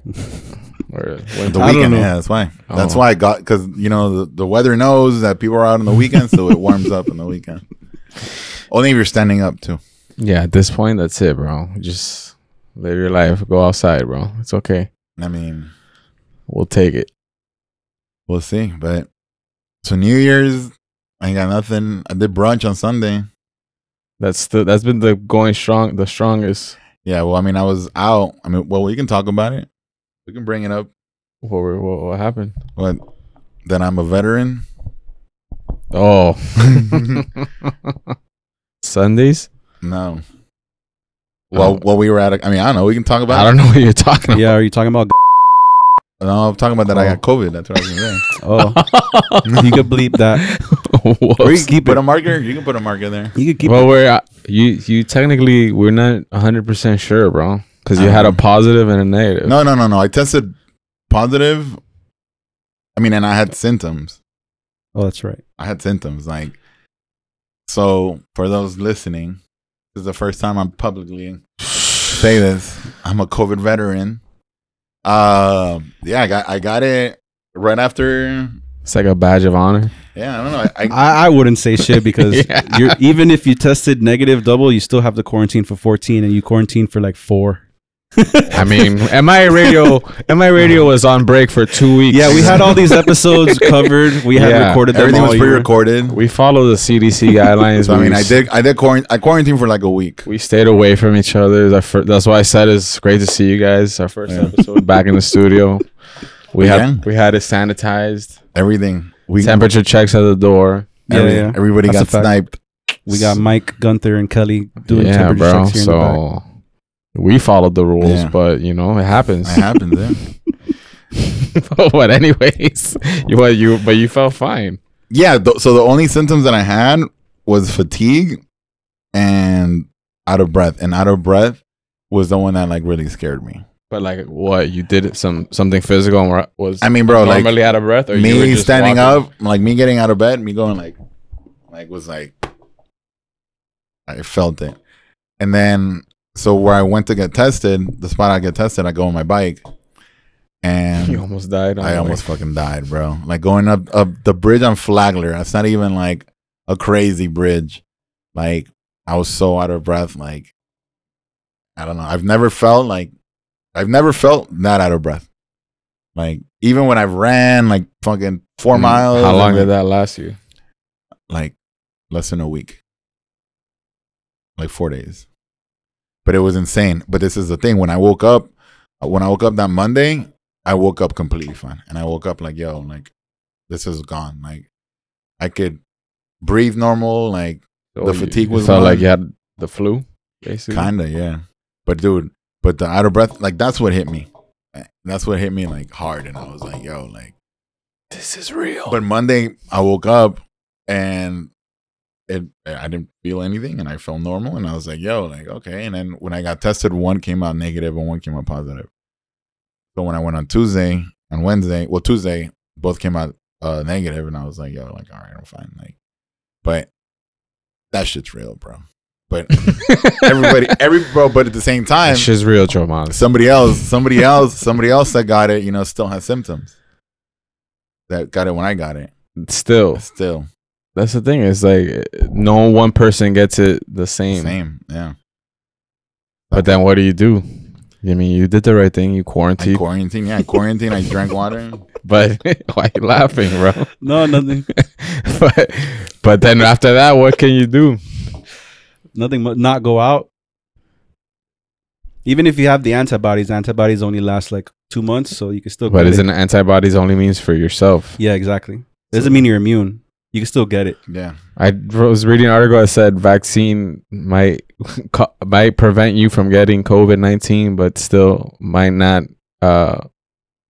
G: or
H: The
I: I don't
H: weekend,
I: know.
H: yeah, that's why. That's
G: Oh.
H: why I got because you know the, the weather knows that people are out on the weekend, so it warms up on the weekend. Only if you're standing up too.
G: yeah, at this point, that's it, bro. Just live your life. Go outside, bro. It's okay.
H: I mean,
G: We'll take it.
H: we'll see. But so New Year's, I ain't got nothing. I did brunch on Sunday.
G: That's the that's been the going strong, the strongest.
H: Yeah, well, I mean, I was out. I mean, well, we can talk about it. We can bring it up.
G: What were- what, what happened?
H: What? That I'm a veteran.
G: Oh, Sundays?
H: no. Well,
G: Um,
H: well, we were at. A, I mean, I don't know. We can talk about.
G: I don't know what you're talking about.
I: Yeah, are you talking about?
H: No, I'm talking about that. I got COVID. That's what I was gonna say.
I: Oh, you could bleep that. Or you
G: Whoops.
I: could keep
H: Put
I: it.
H: a marker. You can put a marker there.
I: You could keep
G: well, we're uh, you. You technically we're not 100 percent sure, bro, because you had a
I: Uh-huh.
H: Um,
G: positive and a negative.
H: No, no, no, no. I tested positive. I mean, and I had symptoms.
I: Oh, that's right.
H: I had symptoms. Like, so for those listening, this is the first time I'm publicly say this. I'm a COVID veteran. Uh, yeah, I got I got it right after.
G: It's like a badge of honor.
H: Yeah, I don't know. I, I
I: I, I wouldn't say shit because
G: Yeah.
I: you're even if you tested negative double, you still have to quarantine for 14 and you quarantine for like four.
G: I mean, MI radio, MI radio was on break for two weeks.
I: Uh-huh. Yeah, we had all these episodes covered. We had
G: Yeah,
I: recorded them
H: everything
I: all
H: was
I: year.
H: pre-recorded.
G: We follow the CDC guidelines.
H: So, I
G: We
H: mean, I
G: s-
H: did I did quarant- I quarantined for like a week.
G: We stayed away from each other. That fir- that's why I said it's great to see you guys. Our first
H: Yeah.
G: episode back in the studio. We
H: Yeah.
G: had we had it sanitized.
H: Everything. We
G: Temperature checks at the door.
I: Yeah,
H: every-
I: yeah.
H: Everybody
I: That's
H: got
I: a fact.
H: sniped.
I: We got Mike, Gunther, and Kelly doing
G: yeah,
I: temperature
G: bro.
I: checks here in the back.
G: So we followed the rules,
H: Yeah.
G: but you know it
H: It
G: happens.
H: happens. Yeah.
G: but anyways, you what you but you felt fine.
H: Yeah. Th- so the only symptoms that I had was fatigue and out of breath. And out of breath was the one that like really scared me.
G: But like what you did some something physical and were- was
H: I mean, bro, like
G: normally out of breath or you were
H: me
G: just
H: standing
G: walking?
H: up, like me getting out of bed, me going like, like was like, I felt it. And then, so where I went to get tested, the spot I get tested, I go on my bike, and
G: You almost died.
H: I almost fucking died, bro. Like going up up the bridge on Flagler. That's not even like a crazy bridge. Like I was so out of breath. Like I don't know. I've never felt like I've never felt that out of breath. Like even when I ran like fucking four miles.
G: Mm, How
H: and,
G: long
H: like,
G: did that last you?
H: Like less than a week. Like four days. But it was insane. But this is the thing. When I woke up, uh, when I woke up that Monday, I woke up completely fine. And I woke up like, yo, like this is gone. Like I could breathe normal, like The
G: Oh, you-
H: fatigue
G: you
H: was
G: felt like
H: gone.
G: you had the flu, basically.
H: kinda, yeah. But dude, but the out of breath, like that's what hit me. Eh, That's what hit me like hard. And I was like, yo, like
G: This is
F: Oh.
G: real.
H: but Monday I woke up and it I didn't feel anything and I felt normal and I was like, yo, like okay. And then when I got tested, one came out negative and one came out positive. So when I went on Tuesday and Wednesday, well Tuesday, both came out uh negative and I was like, yo, like all right, I'm fine. Like but that shit's real, bro. But everybody every bro, but at the same time,
G: This shit's real, Joe Miles.
H: somebody else, somebody else, somebody else that got it, you know, still has symptoms. That got it when I got it.
G: Still,
H: Still.
G: that's the thing. It's like no one person gets it the same.
H: Same, yeah.
G: But then what do you do? I mean, you did the right thing. You
H: I
G: quarantined,
H: quarantine, yeah, I quarantine. I drank water.
G: but why you laughing, bro?
I: No, nothing,
G: but but then after that, what can you do?
I: nothing. mu- Not go out. Even if you have the antibodies, antibodies only last like two months, so you can still.
G: But
I: get it.
G: isn't antibodies only means for yourself?
I: Yeah, exactly. Doesn't mean you're immune. You can still get it.
H: Yeah,
G: I was reading an article that said vaccine might co- might prevent you from getting COVID nineteen, but still might not. Uh,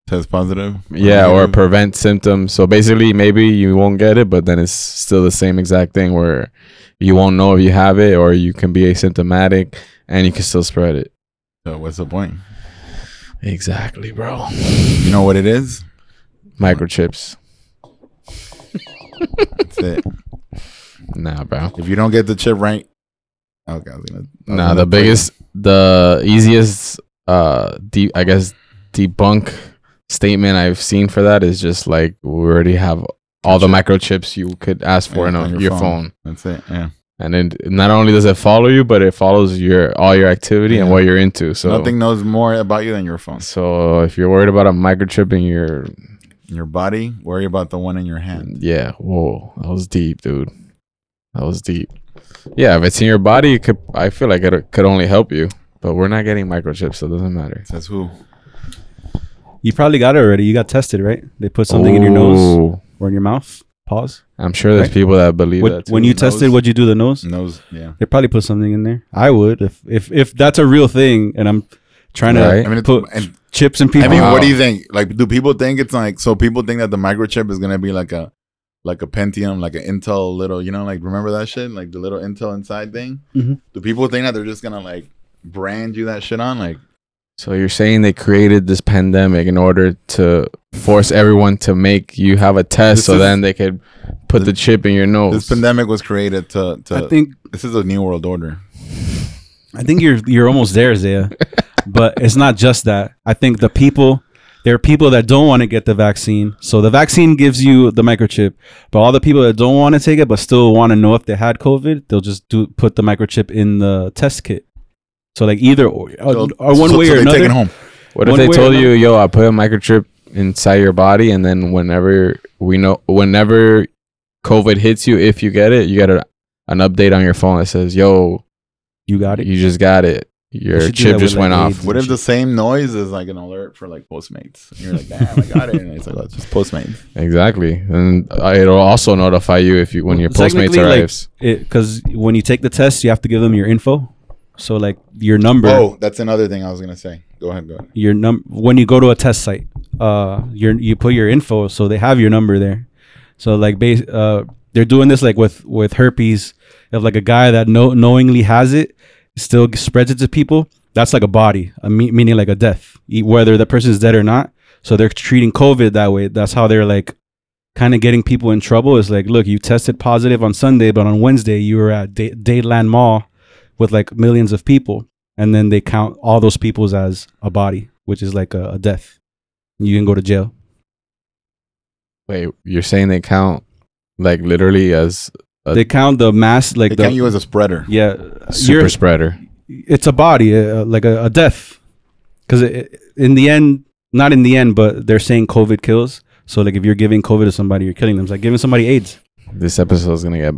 H: test positive.
G: yeah, or
H: Negative.
G: prevent symptoms. So basically, maybe you won't get it, but then it's still the same exact thing where you won't know if you have it, or you can be asymptomatic and you can still spread it.
H: so what's the point?
G: Exactly, bro.
H: You know what it is?
G: Microchips.
H: That's it.
G: Nah, bro.
H: if you don't get the chip right, oh, okay. I was gonna, I was
G: Nah,
H: gonna
G: the
H: put-
G: biggest, the easiest, uh, de- I guess debunk statement I've seen for that is just like we already have all the microchips you could ask for
H: Yeah,
G: in a-
H: on
G: your,
H: your
G: phone.
H: phone. That's it. Yeah.
G: and it not only does it follow you, but it follows your all your activity and
H: Yeah.
G: what you're into. So,
H: Nothing knows more about you than your phone.
G: so if you're worried about a microchip in your,
H: Your body. Worry about the one in your hand.
G: yeah, whoa, that was deep, dude. That was deep. Yeah, if it's in your body, it could I feel like it could only help you. But we're not getting microchips, so it doesn't matter.
H: That's who.
I: You probably got it already. You got tested, right? They put something in your nose
G: Ooh.
I: or in your mouth. Pause.
G: I'm sure there's
I: Right.
G: people that believe
I: What-
G: that. too.
I: when you
H: the
I: tested,
H: nose. Mm.
I: what you do the nose?
H: Nose, yeah.
I: They probably put something in there. I would if if if that's a real thing, and I'm trying to
G: Right.
H: I mean, it's,
I: put
H: and,
I: chips in people.
H: I mean,
G: Wow.
H: what do you think? Like, do people think it's like so? People think that the microchip is gonna be like a like a Pentium, like an Intel little, you know, like remember that shit, like the little Intel inside thing.
I: Mhm.
H: Do people think that they're just gonna like brand you that shit on? Like,
G: So you're saying they created this pandemic in order to force everyone to make you have a test,
H: This
G: so
H: is-
G: then they could put the chip in your nose.
H: this pandemic was created to to.
I: I think
H: this is a new world order.
I: I think you're you're almost there, Zaya. but it's not just that. I think the people there are people that don't want to get the vaccine. So the vaccine gives you the microchip, but all the people that don't want to take it but still want to know if they had COVID, they'll just do put the microchip in the test kit. So like either or, or, or Uh, one
H: So-
I: way
H: so
I: or
H: they take it
I: another.
H: home.
G: What if
I: One
G: they
I: way or
G: told you, yo, I put a microchip inside your body, and then whenever we know, whenever COVID hits you, if you get it, you get a, an update on your phone that says, yo,
I: You got it.
G: you just got it. Your
I: should do
G: chip
I: that
G: just
I: with,
G: went
I: like,
G: off.
I: AIDS.
H: What if the same noise is like an alert for like Postmates? And you're like, damn, I got it. And it's like, oh, it's just Postmates.
G: Exactly, and uh, it'll also notify you if you when your Postmates
I: Technically, like,
G: arrives.
I: because when you take the test, you have to give them your info. So like your number,
H: Oh, that's another thing I was gonna say. Go ahead, go ahead.
I: your num when you go to a test site, uh, your you put your info, so they have your number there. So like base, uh, they're doing this like with with herpes. If like a guy that no- knowingly has it, still spreads it to people, that's like a body, a me- meaning like a death, e- whether the person's dead or not. So they're treating COVID that way. That's how they're like kind of getting people in trouble. Is like, look, you tested positive on Sunday, but on Wednesday you were at Da- Dateland Mall with like millions of people, and then they count all those people's as a body, which is like a, a death. You can go to jail.
G: Wait, you're saying they count like literally as Uh,
I: they count the mass like
H: They
I: the
H: count you as a spreader.
I: yeah.
G: super
I: you're-
G: spreader?
I: it's a body, uh, like a, a death. Because in the end, not in the end, but they're saying COVID kills. So like if you're giving COVID to somebody, you're killing them. It's like giving somebody AIDS.
G: This episode is gonna get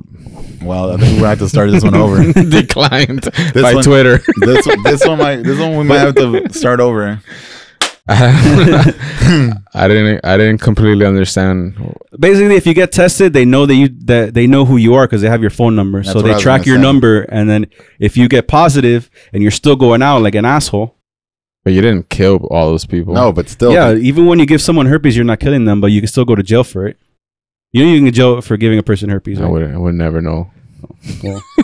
H: Well, I think we're gonna have to start this one over.
G: declined by
H: one-
G: Twitter.
H: this one, this one might this one we might have to start over.
G: I didn't. I didn't completely understand.
I: Basically, if you get tested, they know that you that they know who you are because they have your phone number.
H: That's
I: so
H: what I
I: they
H: was
I: track
H: gonna
I: your
H: say.
I: number, and then if you get positive and you're still going out like an asshole,
G: But you didn't kill all those people.
H: No, but still,
I: yeah. Even when you give someone herpes, you're not killing them, but you can still go to jail for it. You know you can get jail for giving a person herpes.
G: I
I: right?
G: would. I would never know.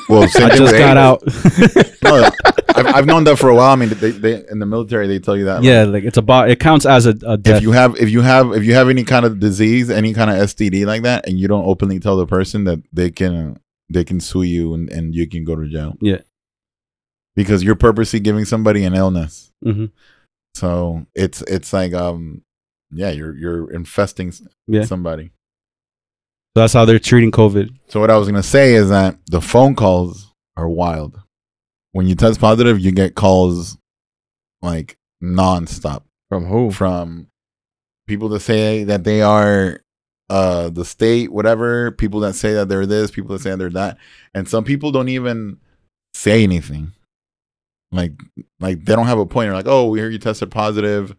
H: well, same
I: I
H: thing
I: just
H: with
I: got
H: AIDS.
I: out.
H: No, I've, I've known that for a while. I mean, they, they in the military they tell you that. like,
I: yeah, like it's a bo- It counts as a, a death.
H: if you have if you have if you have any kind of disease, any kind of STD like that, and you don't openly tell the person that they can they can sue you and, and you can go to jail.
I: Yeah.
H: Because you're purposely giving somebody an illness.
I: Mhm.
H: So it's it's like um yeah, you're you're infesting s-
I: Yeah.
H: somebody.
I: So that's how they're treating COVID.
H: So what I was gonna say is that the phone calls are wild. When you test positive, you get calls like nonstop
G: From who?
H: from people that say that they are uh the state, whatever, people that say that they're this, people that say they're that. And some people don't even say anything. Like like they don't have a point. They're like, oh, we hear you tested positive.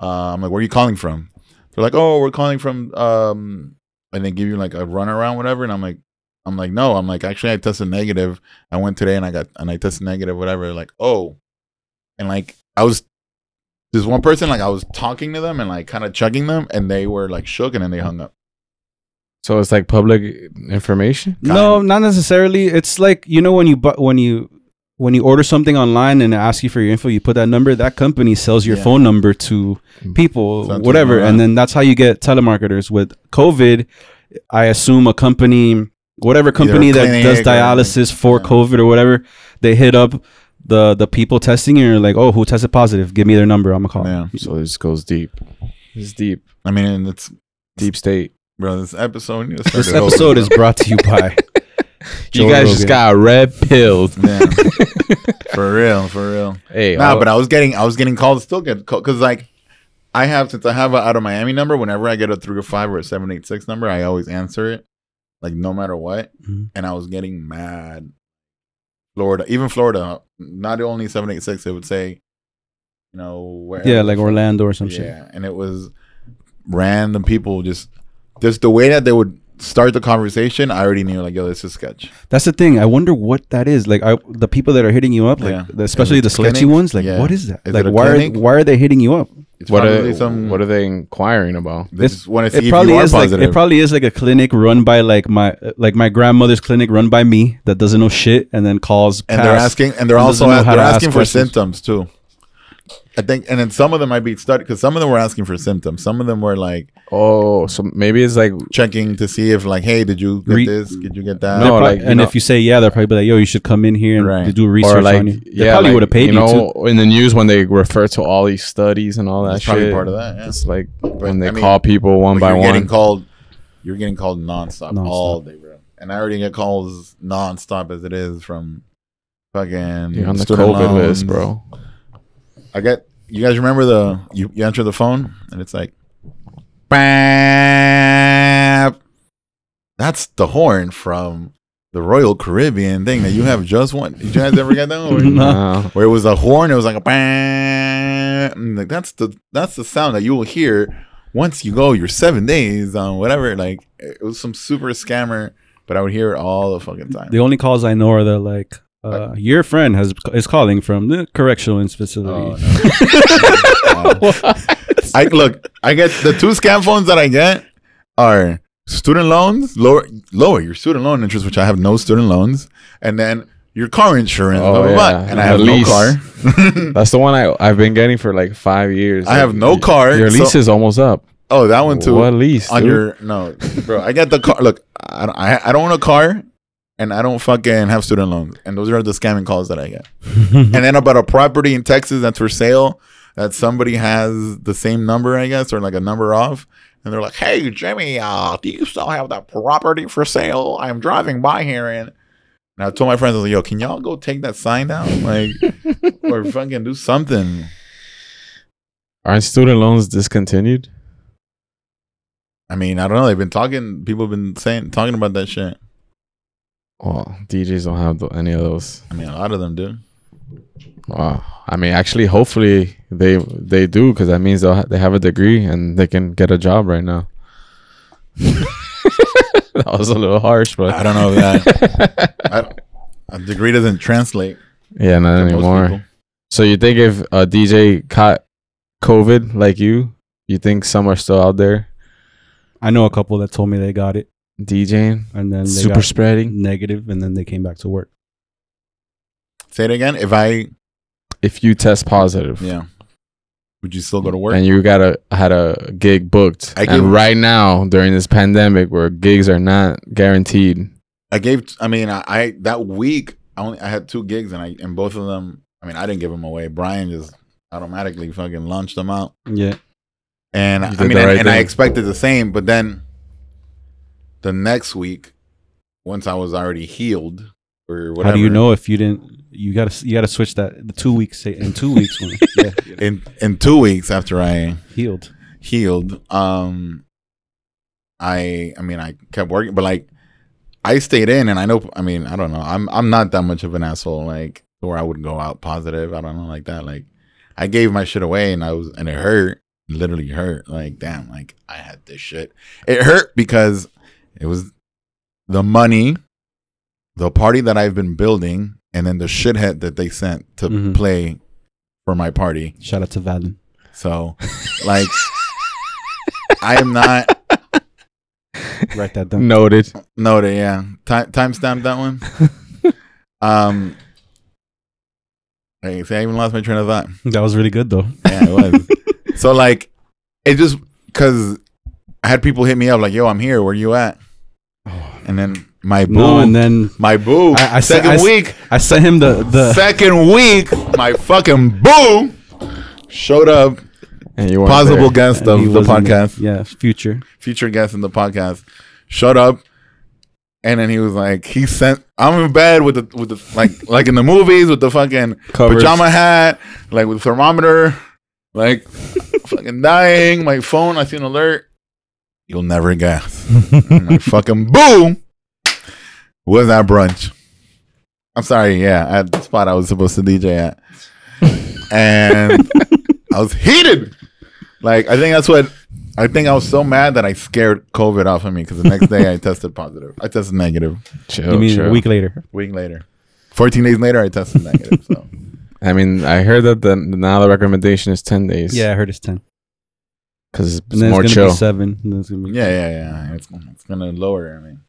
H: Uh, I'm like, where are you calling from? They're like, oh, we're calling from um and they give you like a runaround, whatever. And I'm like, I'm like, no, I'm like, actually I tested negative. I went today and I got and I tested negative, whatever. Like, oh. And like I was this one person like I was talking to them and like kind of chugging them and they were like shook and then they hung up.
G: So it's like public information.
I: No, not necessarily. It's like you know when you bu- when you when you order something online and it asks you for your info, you put that number. That company sells your
H: Yeah. Mm.
I: phone number to people,
H: Sounds
I: whatever,
H: like, uh,
I: and then that's how you get telemarketers. With COVID, I assume a company, whatever company that
H: clinic
I: does
H: or-
I: dialysis for
H: yeah.
I: COVID or whatever, they hit up the the people testing you and you're like, oh, who tested positive? Give me their number. I'm gonna call.
H: Yeah.
G: So it just goes deep. It's deep.
H: I mean, and it's
G: Deep state.
H: bro, this episode. you
I: This
H: started over,
I: episode
H: bro.
I: is brought to you by.
G: you
I: Joe
G: guys just
I: Rogan.
G: got red pilled.
H: yeah. for real, for real.
G: Hey,
H: Nah,
G: all-
H: but I was getting, I was getting calls. Still get calls because like I have since I have a out of Miami number. Whenever I get a three or five or a seven eight six number, I always answer it, like no matter what.
I: Mhm.
H: And I was getting mad. Florida, even Florida, not only seven eight six. It would say, you know, where
I: Yeah, like Orlando or some shit.
H: yeah, and it was random people just just the way that they would start the conversation, I already knew like, yo, this is sketch.
I: That's the thing. I wonder what that is. Like, I the people that are hitting you up, like
H: Yeah.
I: the- especially
H: Is
I: the
H: it
I: sketchy
H: clinic?
I: ones. Like,
H: Yeah.
I: what is that?
H: Is
I: like,
H: it a
I: why
H: clinic?
I: are why are they hitting you up?
H: It's
G: What
H: probably
G: are,
H: some.
G: what are they inquiring about?
H: they just want to see
I: uh, it
H: if
I: probably
H: you are
I: is like
H: positive.
I: it probably is like a clinic run by like my uh, like my grandmother's clinic run by me that doesn't know shit and then calls
H: and they're
I: past
H: asking, and they're
I: and
H: also
I: doesn't know how
H: they're
I: to ask
H: asking for
I: questions.
H: symptoms too. I think, and then some of them might be studied because some of them were asking for symptoms. Some of them were like
G: Oh, so maybe it's like
H: checking to see if, like, hey, did you get
I: Re-
H: this? Did you get that?
I: They're
G: No,
I: prob-
G: like, you
I: and
G: know-
I: if you say yeah, they'll probably be like, "Yo, you should come in here and
H: Right.
I: do research
G: or like
I: on you." They
G: yeah,
I: probably
G: like,
I: would have paid you,
G: know, in the news when they refer to all these studies and all that
H: That's probably
G: shit,
H: part of that, yeah.
G: It's like when they
H: I mean,
G: call people one
H: But
G: by
H: you're
G: one.
H: getting called. You're getting called nonstop,
I: Nonstop.
H: all day, bro. And I already get calls nonstop as it is from fucking
G: You're on the
H: student
G: COVID
H: loans.
G: list, bro.
H: I get. You guys remember the you, you answer the phone and it's like, "Bap." that's the horn from the Royal Caribbean thing that you have just won. Did you guys ever get that? one?
I: No.
G: Wow.
H: where it was a horn. It was like a bang. and, Like that's the that's the sound that you will hear once you go your seven days on whatever. Like it was some super scammer, but I would hear it all the fucking time.
I: to. The only calls I know are the like, uh, "Your friend has is calling from the correctional
H: Oh,
I: facility."
H: no. Wow. I look. I get the two scam phones that I get are student loans, lower lower your student loan interest, which I have no student loans, and then your car insurance,
G: Oh,
H: blah, blah, blah,
G: yeah.
H: and I
G: The
H: have
G: lease.
H: no car.
G: That's the one I I've been getting for like five years.
H: I have
G: Like,
H: no
G: y-
H: car,
G: Your lease
H: so-
G: is almost up.
H: oh, that one too.
G: What lease?
H: on
G: dude?
H: your no, bro. I got the car. Look, I don't, I, I don't own a car, and I don't fucking have student loans, and those are the scamming calls that I get. and then about a property in Texas that's for sale that somebody has the same number, I guess, or like a number off, and they're like, "Hey, Jimmy, uh, do you still have that property for sale? I'm driving by here and." And I told my friends, I was like, yo, can y'all go take that sign down? Like, or fucking do something.
G: Aren't student loans discontinued?
H: I mean, I don't know. They've been talking, people have been saying, talking about that shit.
G: Well, DJs don't have tho- any of those.
H: I mean, a lot of them do.
G: Wow. I mean, actually, hopefully they they do because that means they they have a degree and they can get a job right now. that was a little harsh,
H: I
G: but
H: don't know that. I, a degree doesn't translate
G: yeah,
H: to
G: not
H: most
G: anymore.
H: people.
G: So you think if a DJ caught COVID like you, you think some are still out there
I: I know a couple that told me they got it
G: DJing,
I: and then they
G: super
I: got
G: spreading?
I: negative, and then they came back to work.
H: Say it again. If I,
G: If you test positive
H: yeah, would you still go to work?
G: and you got a had a gig booked,
H: I give-
G: and right now during this pandemic where gigs are not guaranteed,
H: I gave. I mean, I, I that week I only I had two gigs and I and both of them. I mean, I didn't give them away. Brian just automatically fucking launched them out,
I: Yeah,
H: and
G: You
H: I
G: did
H: mean,
G: the
H: and,
G: right
H: and I
G: thing.
H: expected the same. But then the next week, once I was already healed or whatever,
I: how do you know if you didn't? You gotta you gotta switch that the two weeks say- in two weeks when yeah,
H: In in two weeks after I
I: healed.
H: healed. Um, I I mean I kept working, but like I stayed in, and I know I mean I don't know I'm I'm not that much of an asshole like where I would go out positive. I don't know like that. Like I gave my shit away, and I was and it hurt, literally hurt. Like damn, like I had this shit. It hurt because it was the money, the party that I've been building, and then the shithead that they sent to
I: Mhm.
H: play for my party.
I: Shout out to Valen.
H: So, like, I am not
I: Write that down.
G: noted.
H: noted. Yeah, time timestamp that one. Um, I, see, I even lost my train of thought.
I: Mm. That was really good though.
H: Yeah, it was. so like, it just because I had people hit me up like, "Yo, I'm here. Where you at?" And then my boo,
I: No, and then
H: my boo,
I: I- I said-
H: second
I: I s-
H: week,
I: I sent him the the.
H: second week, my fucking boo showed up.
G: And you weren't
H: Possible
G: there.
H: guest
I: and he
H: of the
I: wasn't-
H: podcast.
I: Yeah, future.
H: future guest in the podcast, shut up. And then he was like, he sent. I'm in bed with the with the like like in the movies with the fucking
G: Covers.
H: pajama hat, like with thermometer, like fucking dying. My phone, I see an alert. You'll never guess. And my fucking boom was at brunch. I'm sorry, yeah, at the spot I was supposed to DJ at, and I was heated. Like I think that's what I think I was so mad that I scared COVID off of me because the next day I tested positive. I tested negative.
G: Chill,
H: Oh,
I: You mean a
G: chill.
I: week later?
H: Week later, fourteen days later, I tested negative. So
G: I mean, I heard that the now the recommendation is ten days.
I: Yeah, I heard it's ten.
G: because it's
I: And then
G: more
I: it's gonna
G: chill.
I: be seven. and then it's gonna be-
H: yeah, yeah, yeah. It's, it's gonna lower. I mean,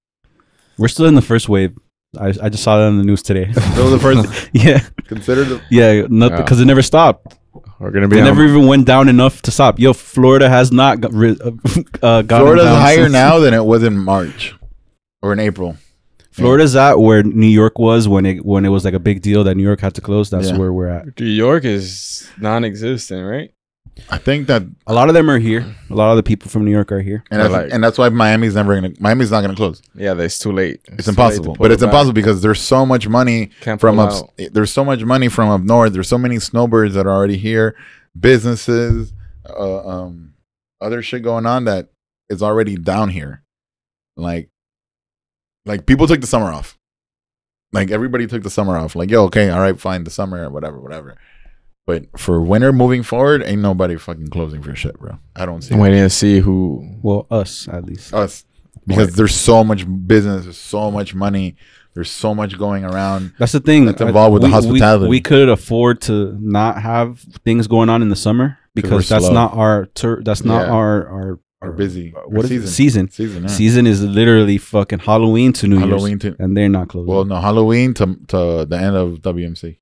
I: We're still in the first wave. I, I just saw that on the news today.
H: so the first
I: yeah,
H: consider the
I: yeah, nothing
G: Yeah.
I: because it never stopped.
G: We're gonna be
I: It
G: on-
I: never even went down enough to stop. Yo, Florida has not got rid of. Uh, gotten
H: Florida's
I: down
H: higher
I: since-
H: now than it was in March or in April.
I: Florida's at where New York was when it when it was like a big deal that New York had to close. That's
H: Yeah.
I: where we're at.
G: New York is non-existent, right?
H: I think that,
I: A lot of them are here. A lot of the people from New York are here.
H: and I think-
G: like-
H: and that's why Miami's never gonna. Miami's not gonna close.
G: Yeah, that it's too late.
H: It's
G: too late to
H: impossible.
G: pull
H: But
G: it
H: it's
G: back.
H: impossible because there's so much money
G: Can't
H: from
G: pull
H: up.
G: out.
H: There's so much money from up north. There's so many snowbirds that are already here. Businesses, uh, um, other shit going on that is already down here. Like, like people took the summer off. Like everybody took the summer off. Like, yo, okay, all right, fine, the summer, whatever, whatever. But for winter moving forward, ain't nobody fucking closing for shit, bro. I don't see
G: I'm
H: it.
G: waiting to see who.
I: Well, us at least.
H: us because there's so much business, there's so much money, there's so much going around.
I: That's the thing
H: That's involved with the hospitality.
I: We, could afford to not have things going on in the summer because
H: we're
I: that's
H: slow.
I: not our tur- that's not
H: Yeah.
I: our our
H: Are busy.
I: Uh, What is it?
H: season?
I: Season.
H: Season. yeah.
I: Season is literally fucking Halloween to New
H: Halloween
I: Year's,
H: to
I: and they're not closing.
H: well, no Halloween to to the end of WMC,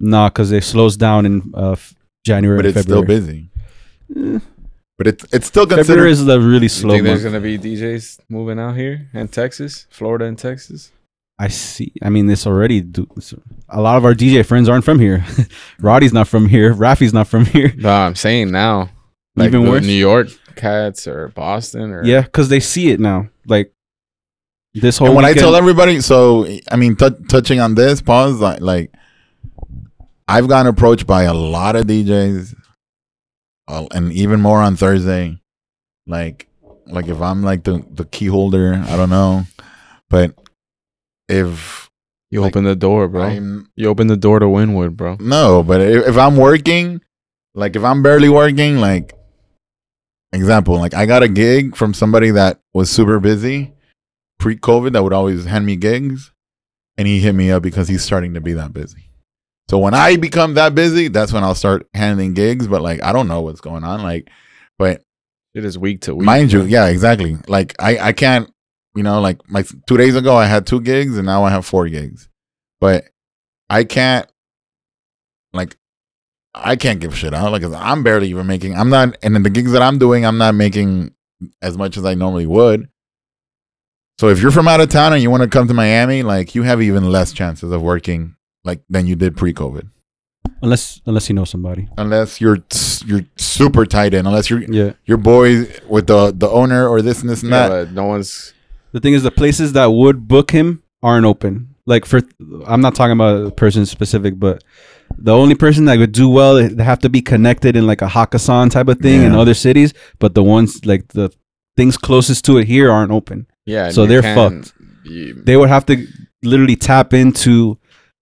I: nah, because it slows down in uh, f- January.
H: but
I: and
H: it's still
I: February.
H: busy.
I: Eh.
H: But it's it's still
I: February
H: considered.
I: is the really
G: You
I: slow
G: think there's
I: month.
G: gonna be DJs moving out here in Texas, Florida, and Texas?
I: I see. I mean, it's already. Do- it's- a lot of our DJ friends aren't from here. Roddy's not from here. Rafi's not from here.
G: No, I'm saying now. Like
I: Even
G: the
I: worse?
G: New York cats or Boston or
I: Yeah, because they see it now. Like this whole.
H: and when I
I: weekend-
H: tell everybody, so I mean, tou touching on this, pause. Like, like, I've gotten approached by a lot of DJs, uh, and even more on Thursday. Like, like if I'm like the the key holder, I don't know, but if
G: You
H: Like,
G: open the door, bro.
H: I'm
G: you open the door to Winwood, bro.
H: no, but if, if I'm working, like if I'm barely working, like example, like I got a gig from somebody that was super busy pre-COVID that would always hand me gigs, and he hit me up because he's starting to be that busy. So when I become that busy, that's when I'll start handling gigs. But like I don't know what's going on, like, but
G: It is week to week.
H: mind you, yeah, exactly. Like I, I can't, you know, like my two days ago I had two gigs and now I have four gigs, but I can't, like, I can't give a shit out. Like 'cause I'm barely even making. I'm not, and in the gigs that I'm doing, I'm not making as much as I normally would. So if you're from out of town and you want to come to Miami, like you have even less chances of working like than you did pre-COVID,
I: unless unless you know somebody.
H: unless you're you're super tight in, unless you're
I: Yeah.
H: your boy with the the owner or this and this and
G: Yeah,
H: that.
G: but no one's.
I: The thing is, the places that would book him aren't open. Like for, I'm not talking about a person specific, but the only person that would do well, they have to be connected in like a Hakkasan type of thing in
H: Yeah.
I: other cities. But the ones like the things closest to it here aren't open.
G: Yeah, and
I: So
G: you
I: they're
G: can't-
I: fucked.
G: you-
I: They would have to literally tap into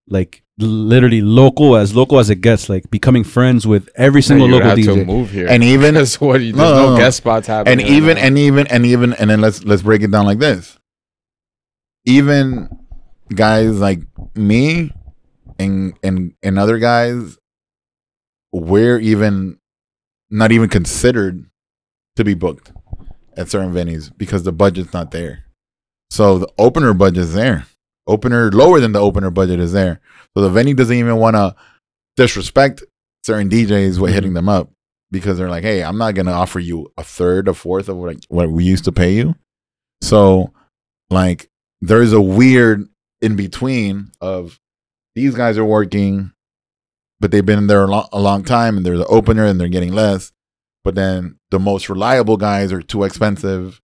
I: like literally local as local as it gets, like becoming friends with every single
G: you
I: local
G: have to
I: DJ.
G: move here.
H: And even
G: That's what you,
H: No,
G: there's no,
H: no, no.
G: guest spots happening.
H: and even
G: right
H: and even and even and then let's let's break it down like this. Even guys like me and and and other guys, we're even not even considered to be booked at certain venues because the budget's not there. So the opener budget's there. Opener lower than the opener budget is there. So the venue doesn't even want to disrespect certain DJs
G: Mm-hmm.
H: with hitting them up because they're like, hey, I'm not gonna offer you a third, a fourth of what what we used to pay you. So like there's a weird in between of these guys are working, but they've been there a, lo- a long time and they're the opener and they're getting less. But then the most reliable guys are too expensive.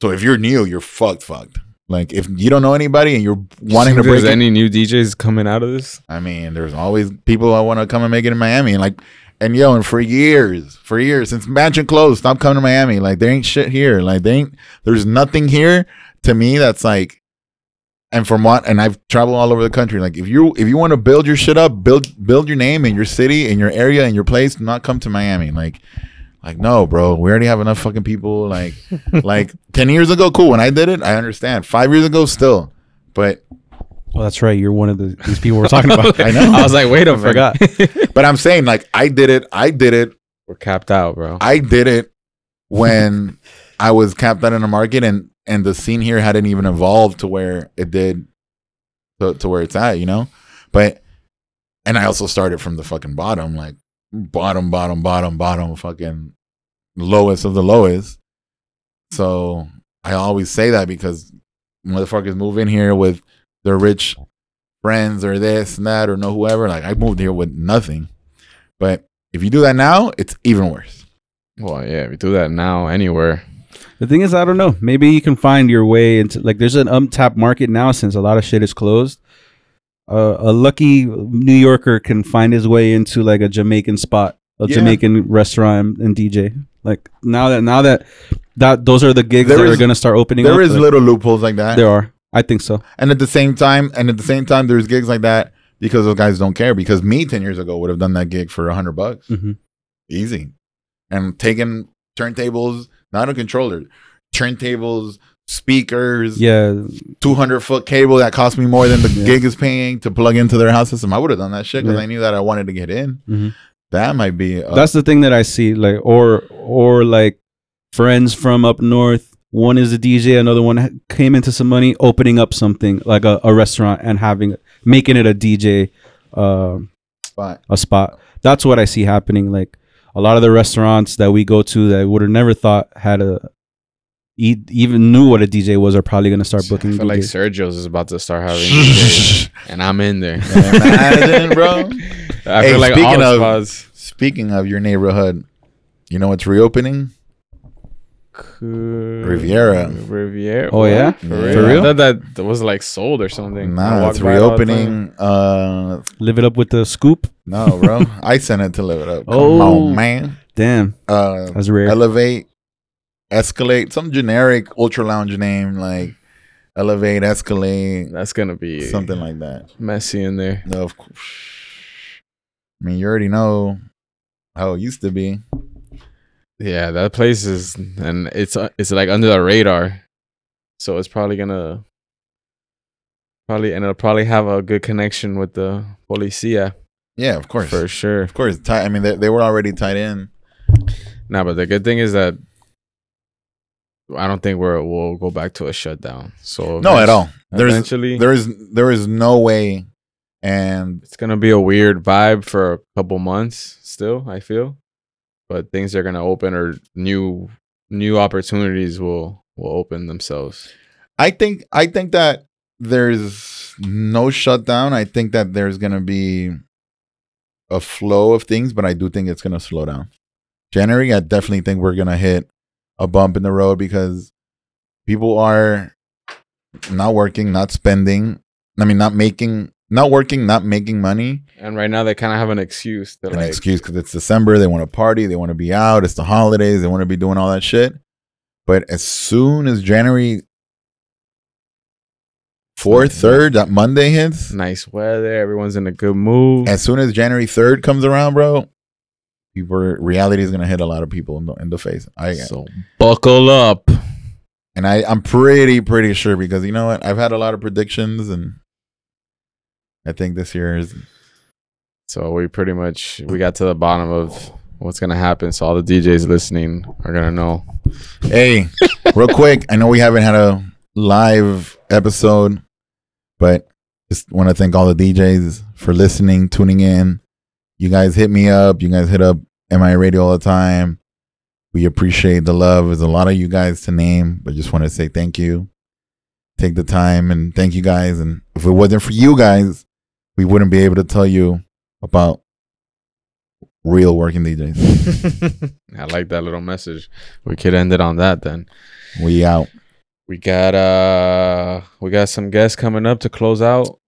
H: So if you're new, you're fucked, fucked. Like if you don't know anybody and you're
G: now.
H: wanting to
G: Do you think
H: break
G: there's
H: in-
G: any new DJs coming out of this?
H: I mean, there's always people I want to come and make it in Miami, and like, and yo, and for years, for years since Mansion closed, stop coming to Miami. Like, there ain't shit here. Like, there ain't. There's nothing here to me that's like. And from what, and I've traveled all over the country. Like, if you if you want to build your shit up, build build your name in your city, in your area, in your place. Do not come to Miami. Like, Like, no, bro, we already have enough fucking people. Like, like ten years ago, cool. When I did it, I understand. Five years ago, still, but
I: Well, Oh, that's right. You're one of the, these people we're talking about.
H: I know.
G: I was like, wait a
I: I
G: minute.
I: forgot.
H: but I'm saying, like, I did it. I did it.
G: We're capped out, bro.
H: I did it when I was capped out in the market, and and the scene here hadn't even evolved to where it did, to, to where it's at, you know. But and I also started from the fucking bottom, like bottom, bottom, bottom, bottom, fucking lowest of the lowest. So I always say that because motherfuckers move in here with their rich friends or this and that or know whoever. Like I moved here with nothing, but if you do that now, it's even worse.
G: Well, yeah, we do that now anywhere.
I: The thing is, I don't know. Maybe you can find your way into like there's an untapped market now since a lot of shit is closed. Uh, a lucky New Yorker can find his way into like a Jamaican spot, a
H: Yeah.
I: Jamaican restaurant and DJ. Like now that now that that those are the gigs
H: There
I: that
H: is-
I: are gonna start opening.
H: There
I: up,
H: is
I: like,
H: little loopholes like that
I: There are. I think so.
H: and at the same time and at the same time there's gigs like that because those guys don't care because me 10 years ago would have done that gig for 100 bucks
I: Mhm.
H: easy and taking turntables not a controller turntables speakers
I: Yeah,
H: 200 foot cable that cost me more than the
I: Yeah.
H: gig is paying to plug into their house system i would have done that shit because
I: Yeah.
H: i knew that i wanted to get in
I: Mhm.
H: that might be uh,
I: that's the thing that I see. Like or or like friends from up north. One is a DJ, another one ha- came into some money, opening up something like a, a restaurant and having making it a DJ. Um,
H: fine.
I: a spot. That's what I see happening. Like a lot of the restaurants that we go to that I would have never thought had a e- even knew what a DJ was are probably gonna start booking.
G: I feel like
I: DJs.
G: Sergio's is about to start having, DJs, and I'm in there.
H: Imagine, bro.
G: I
H: Hey,
G: feel like all
H: speaking of-
G: spots.
H: speaking of your neighborhood you know what's reopening Riviera.
G: Riviera.
I: Oh, yeah?
G: for
H: Yeah.
G: real.
H: For real?
G: I thought that th- was like sold or something. I
H: nah
G: walked
H: it's
G: by it all the time.
H: reopening uh
I: live it up with the scoop.
H: No, bro. I sent it to live it up. Come
I: Oh.
H: on, man.
I: Damn,
H: Uh,
I: that's rare.
H: elevate, escalate. Some generic ultra lounge name like elevate, escalate,
G: That's gonna be
H: something like that.
G: messy in there.
H: No, of course. I mean, you already know how it used to be.
G: Yeah, that place is, and it's uh, it's like under the radar, so it's probably gonna probably and it'll probably have a good connection with the policia
H: Yeah, of course,
G: for sure.
H: of course. Tie, I mean, they, they were already tied in.
G: Nah, but the good thing is that I don't think we're we'll go back to a shutdown. So
H: No, at all. There's
G: Eventually,
H: there is there is no way, and
G: it's gonna be a weird vibe for a couple months still. I feel, but things are gonna open or new new opportunities will will open themselves.
H: I think I think that there's no shutdown. I think that there's gonna be a flow of things, but I do think it's gonna slow down. January, I definitely think we're gonna hit a bump in the road because people are not working, not spending. I mean, not making, not working, not making money.
G: And right now they kind of have an excuse. They're
H: An
G: like,
H: excuse because it's December. They want to party. They want to be out. It's the holidays. They want to be doing all that shit. But as soon as January fourth, third, that Monday hits,
G: nice weather. Everyone's in a good mood.
H: as soon as January third comes around, bro, people reality is gonna hit a lot of people in the, in the face. I
G: so buckle up.
H: and I I'm pretty pretty sure because you know what I've had a lot of predictions and I think this year is
G: So we pretty much we got to the bottom of what's gonna happen. So all the DJs listening are gonna know.
H: Hey, real quick, I know we haven't had a live episode, but just want to thank all the DJs for listening, tuning in. You guys hit me up. You guys hit up MI Radio all the time. We appreciate the love. There's a lot of you guys to name, but just want to say thank you. Take the time and thank you guys. And if it wasn't for you guys, we wouldn't be able to tell you about real working DJs.
G: I like that little message. We could end it on that then.
H: We out.
G: We got uh we got some guests coming up to close out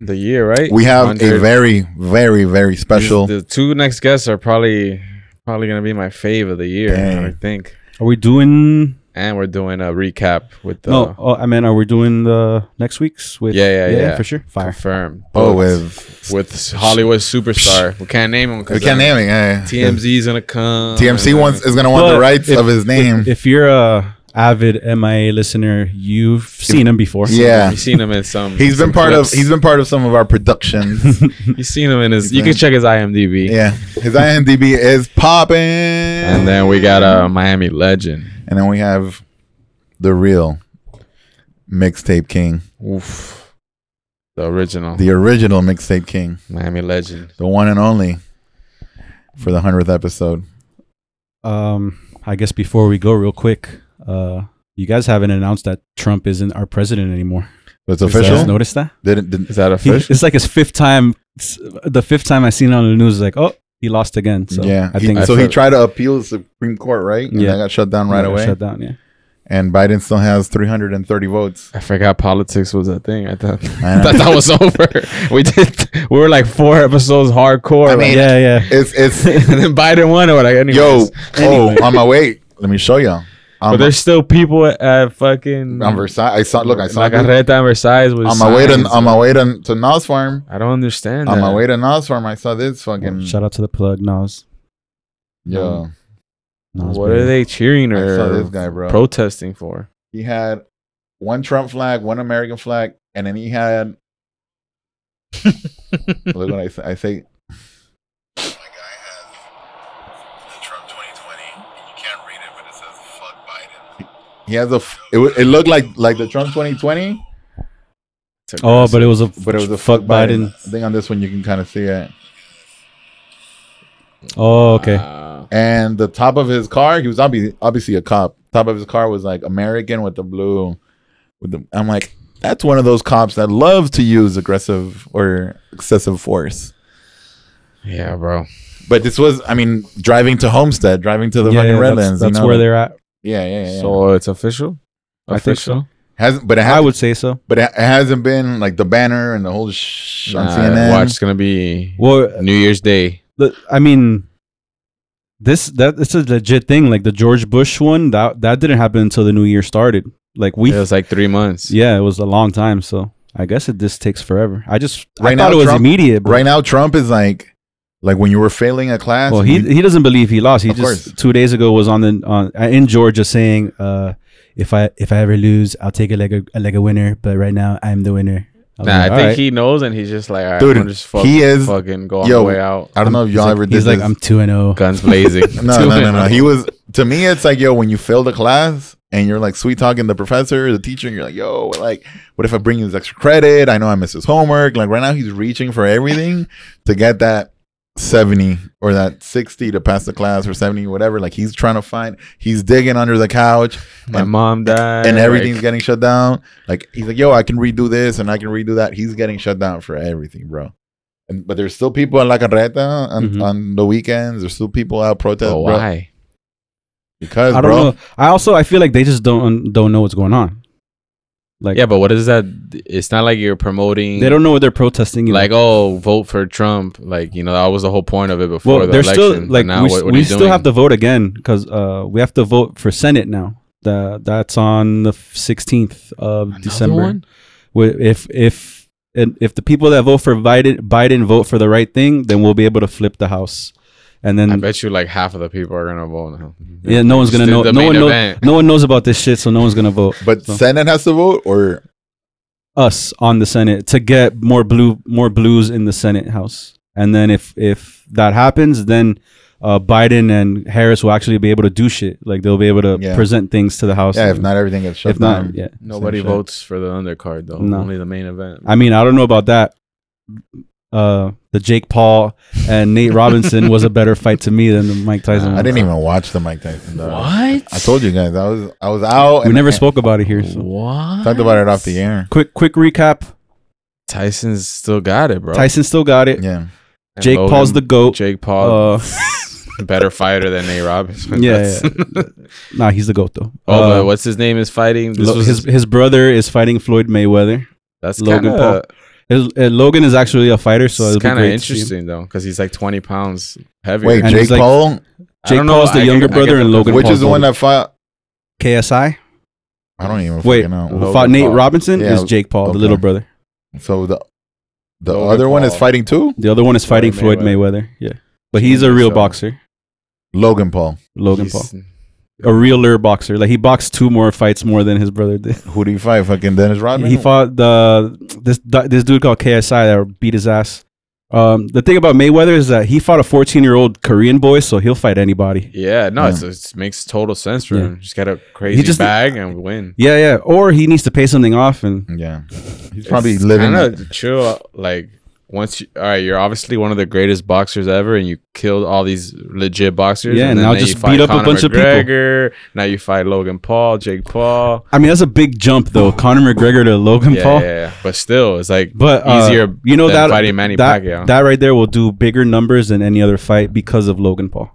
G: the year, right?
H: We have a
G: 100.
H: very, very, very special.
G: These- The two next guests are probably probably gonna be my fave of the year,
H: Dang.
G: I think.
I: Are we doing?
G: and we're doing a recap with the
I: no, oh, I mean, are we doing the next week's with?
G: Yeah, yeah, yeah.
I: for sure. Fire.
G: confirmed.
H: Oh,
G: booked
H: with
G: with Hollywood superstar. We can't name him. 'cause,
H: we can't
G: uh,
H: name it. yeah.
G: TMZ's gonna come.
H: TMC
G: and, uh,
H: wants is gonna want
I: But
H: the rights
I: if-
H: of his name.
I: If you're a avid MIA listener, you've seen him before.
H: yeah,
G: You seen him in some.
H: he's
G: some
H: been part of
G: clips.
H: he's been part of some of our productions.
G: You seen him in his.
H: He's
G: You can
H: been-
G: check his IMDb.
H: yeah, his IMDb is popping. And
G: And then we got um, a Miami legend.
H: and then we have the real mixtape king,
G: Oof. The original
H: the original mixtape king,
G: Miami legend.
H: the one and only, for the hundredth episode.
I: Um, I guess before we go, real quick, uh, you guys haven't announced that Trump isn't our president anymore.
H: It's
I: You guys
H: official.
I: notice that?
H: Didn't, didn't
G: Is that
I: He,
G: official?
I: it's like his fifth time. s- The fifth time I seen it on the news, like, oh, he lost again. So
H: yeah,
I: I
H: He-
I: think
H: so. He
G: heard-
H: tried to appeal the Supreme Court, right? And
I: Yeah.
H: that got shut down
I: he
H: right
I: got
H: away.
I: Shut down. Yeah.
H: And Biden still has 330 votes.
G: I forgot politics was a thing. I thought
H: I
G: I thought that was over. We did. We were like four episodes hardcore.
H: I mean-
G: like,
I: Yeah, yeah.
H: It's it's
G: and then Biden won. Or like, anyways.
H: yo. Oh, on my way. Let me show y'all.
G: but
H: On, my-
G: there's still people at, at fucking
H: on Versailles, I saw. Look, I saw.
G: La Carreta and Versailles with
H: on my way to
G: signs.
H: on my way to to Nas Farm.
G: I don't understand.
H: On
G: that.
H: my way to Nas Farm, I saw this fucking
I: Shout out to the plug, Nas.
H: yo.
I: Nas
G: What
I: baby.
G: are they cheering
H: I saw this
G: or
H: guy, bro.
G: protesting for?
H: he had one Trump flag, one American flag, and then he had. look what I say. I say he has a. F- it, wa- it looked like like the Trump 2020,
I: Oh, but it was a
H: but it was a
I: fuck Biden.
H: I think on this one you can kind of see it.
I: Oh, okay.
G: Wow.
H: And the top of his car, he was obviously obviously a cop. Top of his car was like American with the blue. With the, I'm like, that's one of those cops that love to use aggressive or excessive force.
G: yeah, bro.
H: But this was, I mean, driving to Homestead, driving to the fucking
I: that's-
H: Redlands.
I: That's,
H: you know,
I: where
H: like-
I: they're at.
H: Yeah, yeah, yeah. So
G: So it's official.
I: I think so.
G: Official.
H: hasn't, but it
I: I
H: has,
I: would say so.
H: but it hasn't been like the banner and the whole sh on
G: Nah,
H: CNN.
G: Watch, it's gonna be
I: Well,
G: New Year's Day.
I: the, I mean, this that it's a legit thing. Like the George Bush one, that that didn't happen until the new year started. Like we,
G: It was like three months.
I: yeah, it was a long time. So I guess it this takes forever. I just I
H: Right
I: thought
H: now,
I: it was
H: Trump-
I: immediate. But,
H: Right now, Trump is like, like when you were failing a class.
I: well, he
H: you-
I: he doesn't believe he lost. He
H: Of
I: just
H: course.
I: two days ago was on the on in Georgia saying, uh, "If I if I ever lose, I'll take it like a like a winner. But right now, I'm the winner." I was
G: Nah, I
I: like,
G: think
I: "All right."
G: he knows, and he's just like, all right,
H: Dude,
G: I'm gonna just fuck,
H: he is-
G: fucking go on
H: yo,
G: the way out,
H: I don't know if y'all
I: He's like-
H: ever did
I: he's like,
H: this.
I: "I'm two and oh." zero."
G: guns blazing.
H: no, no, no, no. He was to me. It's like, yo, when you fail the class and you're like sweet talking the professor, or the teacher, and you're like, yo, like, what if I bring you this extra credit? I know I missed his homework. Like right now, he's reaching for everything to get that seventy or that sixty to pass the class or seventy, whatever. Like he's trying to find. He's digging under the couch,
G: My
H: and-
G: mom died,
H: and
G: like,
H: everything's getting shut down. Like he's like, yo, I can redo this and I can redo that. He's getting shut down for everything, bro. And, but there's still people at La Carreta on,
I: Mhm.
H: on the weekends. There's still people out protesting.
G: But why?
H: Because
I: I don't
H: bro,
I: know. I also I feel like they just don't don't know what's going on. Like
G: Yeah, but what is that? It's not like you're promoting.
I: they don't know what they're protesting. either.
G: like oh vote for Trump. Like you know that was the whole point of it before
I: well,
G: the
I: they're
G: election.
I: still
G: But
I: like
G: now
I: we,
G: what, what are
I: we
G: you
I: still
G: doing?
I: have to vote again because uh we have to vote for Senate now. That that's on the sixteenth of
G: Another
I: December.
G: one?
I: Wi- If if and if the people that vote for Biden Biden vote for the right thing, then we'll be able to flip the House. And
G: I
I: then
G: bet you like half of the people are gonna vote now.
I: yeah, no one's gonna
G: Still
I: know.
G: the
I: No
G: main
I: one knows.
G: event.
I: No one knows about this shit, so no one's gonna vote.
H: but
I: so.
H: Senate has to vote or
I: us on the Senate to get more blue more blues in the Senate House. And then if if that happens, then uh, Biden and Harris will actually be able to do shit. Like they'll be able to
H: Yeah.
I: present things to the House.
H: yeah, if not everything gets shut
I: if
H: down.
I: not, yeah.
G: Nobody
H: Same shit.
G: votes for the undercard though.
I: No.
G: Only the main event.
I: I mean, I don't know about that. Uh, the Jake Paul and Nate Robinson was a better fight to me than the Mike Tyson.
H: I
I: one.
H: didn't even watch the Mike Tyson. Though.
G: What?
H: I told you guys, I was I was out.
I: We
H: and
I: never
H: I
I: spoke about it here. So.
G: What?
H: Talked about it off the air.
I: Quick quick recap.
G: Tyson's still got it, bro.
I: Tyson still got it.
H: Yeah,
G: And
I: Jake
G: Logan-
I: Paul's the goat.
G: Jake Paul,
I: Uh,
G: better fighter than Nate Robinson.
I: Yeah, Uh,
G: That's-
I: nah, he's the goat though.
G: oh,
I: Uh,
G: but what's his name is fighting. This
I: Lo-
G: was
I: his his brother is fighting Floyd Mayweather.
G: that's
I: Logan
G: kinda,
I: Paul. His- uh, Logan is actually a fighter, so
G: it's
I: it's
G: kind of
I: interesting.
G: interesting though, because he's like twenty pounds heavier.
H: wait,
I: And
H: Jake
I: he's like-
H: Paul,
G: I don't
I: Jake
G: know,
I: Paul's the
G: I
I: younger
G: get- I
I: brother
G: get
I: and
G: the-
I: Logan
H: which
I: Paul's
H: is the one that fought
I: KSI.
H: I don't even
I: Wait,
H: fucking know.
I: who fought Nate Robinson
H: Yeah,
I: is Jake Paul,
H: okay.
I: the little brother.
H: So the the
G: Logan
H: other one is
G: Paul.
H: fighting too.
I: The other one is fighting
G: Floyd
I: Floyd Mayweather. Yeah, but he's a
G: Jesus,
I: real
G: uh,
I: boxer,
H: Logan Paul.
I: Logan Paul,
G: He's-
I: a realer boxer. Like he boxed two more fights more than his brother did.
H: Who do you fight? Fucking Dennis Rodman.
I: he fought the this this dude called KSI that beat his ass. Um, the thing about Mayweather is that he fought a 14 year old Korean boy, so he'll fight anybody.
G: Yeah, no,
H: Yeah.
G: It's, it's- it makes total sense for
I: Yeah.
G: him. Just get a crazy
I: just-
G: bag and win.
I: Yeah, yeah. Or he needs to pay something off, and
H: Yeah, he's probably living.
G: kind of chill. Like once, you, all right, you're obviously one of the greatest boxers ever, and you killed all these legit boxers.
I: Yeah, and now
G: you
I: just
G: fight
I: beat up a bunch of people.
G: McGregor, Now you fight Logan Paul, Jake Paul.
I: I mean that's a big jump though, Conor McGregor to Logan
G: Yeah,
I: Paul.
G: yeah, yeah, but still, it's like
I: But uh,
G: easier.
I: you know
G: than
I: that
G: fighting Manny
I: that,
G: Pacquiao.
I: that right there will do bigger numbers than any other fight because of Logan Paul.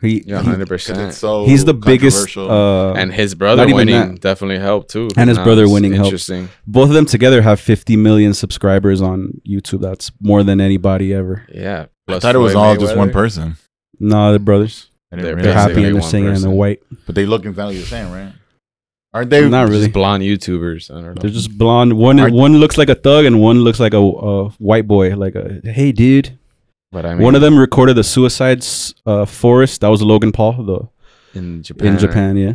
I: He,
G: yeah,
I: he-
G: hundred percent.
H: so
I: he's the biggest.
H: controversial.
I: Uh,
G: And
I: and
G: his brother
I: uh, not even
G: winning
I: that.
G: definitely helped too.
I: And his
G: Now
I: brother
G: it's
I: winning helped.
G: Interesting.
I: both of them together have 50 million subscribers on YouTube. That's more than anybody ever.
G: Yeah.
H: I
G: Plus
H: thought it was
G: Floyd
H: all just one
G: Mayweather.
H: person.
I: No, they're brothers.
H: I didn't
G: They're
I: They're
H: realize
G: Basically
I: happy and they're
G: one
I: singing and
G: person.
I: they're white.
H: that. but they look exactly the same, right? Aren't they?
I: Not really.
G: Just blonde YouTubers. I don't know.
I: They're just blonde. One
H: Are-
I: one looks like a thug and one looks like a, a white boy. Like a hey dude.
G: but I mean,
I: one of them recorded the Suicide's uh, Forest. That was Logan Paul though
G: in Japan.
I: in Japan. Yeah,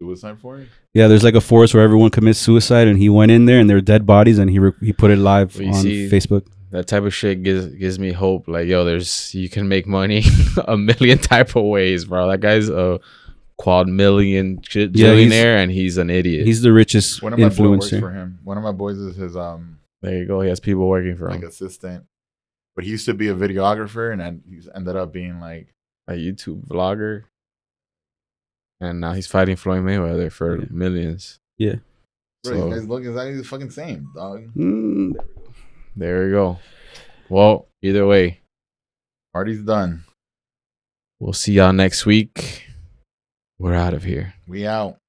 H: Suicide for it?
I: yeah. There's like a forest where everyone commits suicide, and he went in there and there were dead bodies, and he re- he put it live
G: Well, you
I: on
G: see-
I: Facebook.
G: that type of shit gives gives me hope. Like, yo, there's you can make money a million type of ways, bro. That guy's a quad million j-
I: Yeah, he's-
G: billionaire, and he's an idiot.
I: He's the richest
H: One of my boys works for
I: influencer.
H: him. One of my boys is his um
G: there you go. He has people working for him.
H: like assistant, but he used to be a videographer, and then he's ended up being like
G: a YouTube vlogger, and now he's fighting Floyd Mayweather for
I: Yeah.
G: millions.
H: Bro,
G: So-
H: you guys look exactly the fucking same, dog.
I: Mm,
G: There you go. Well, either way,
H: Party's done.
G: we'll see y'all next week. We're out of here.
H: We out.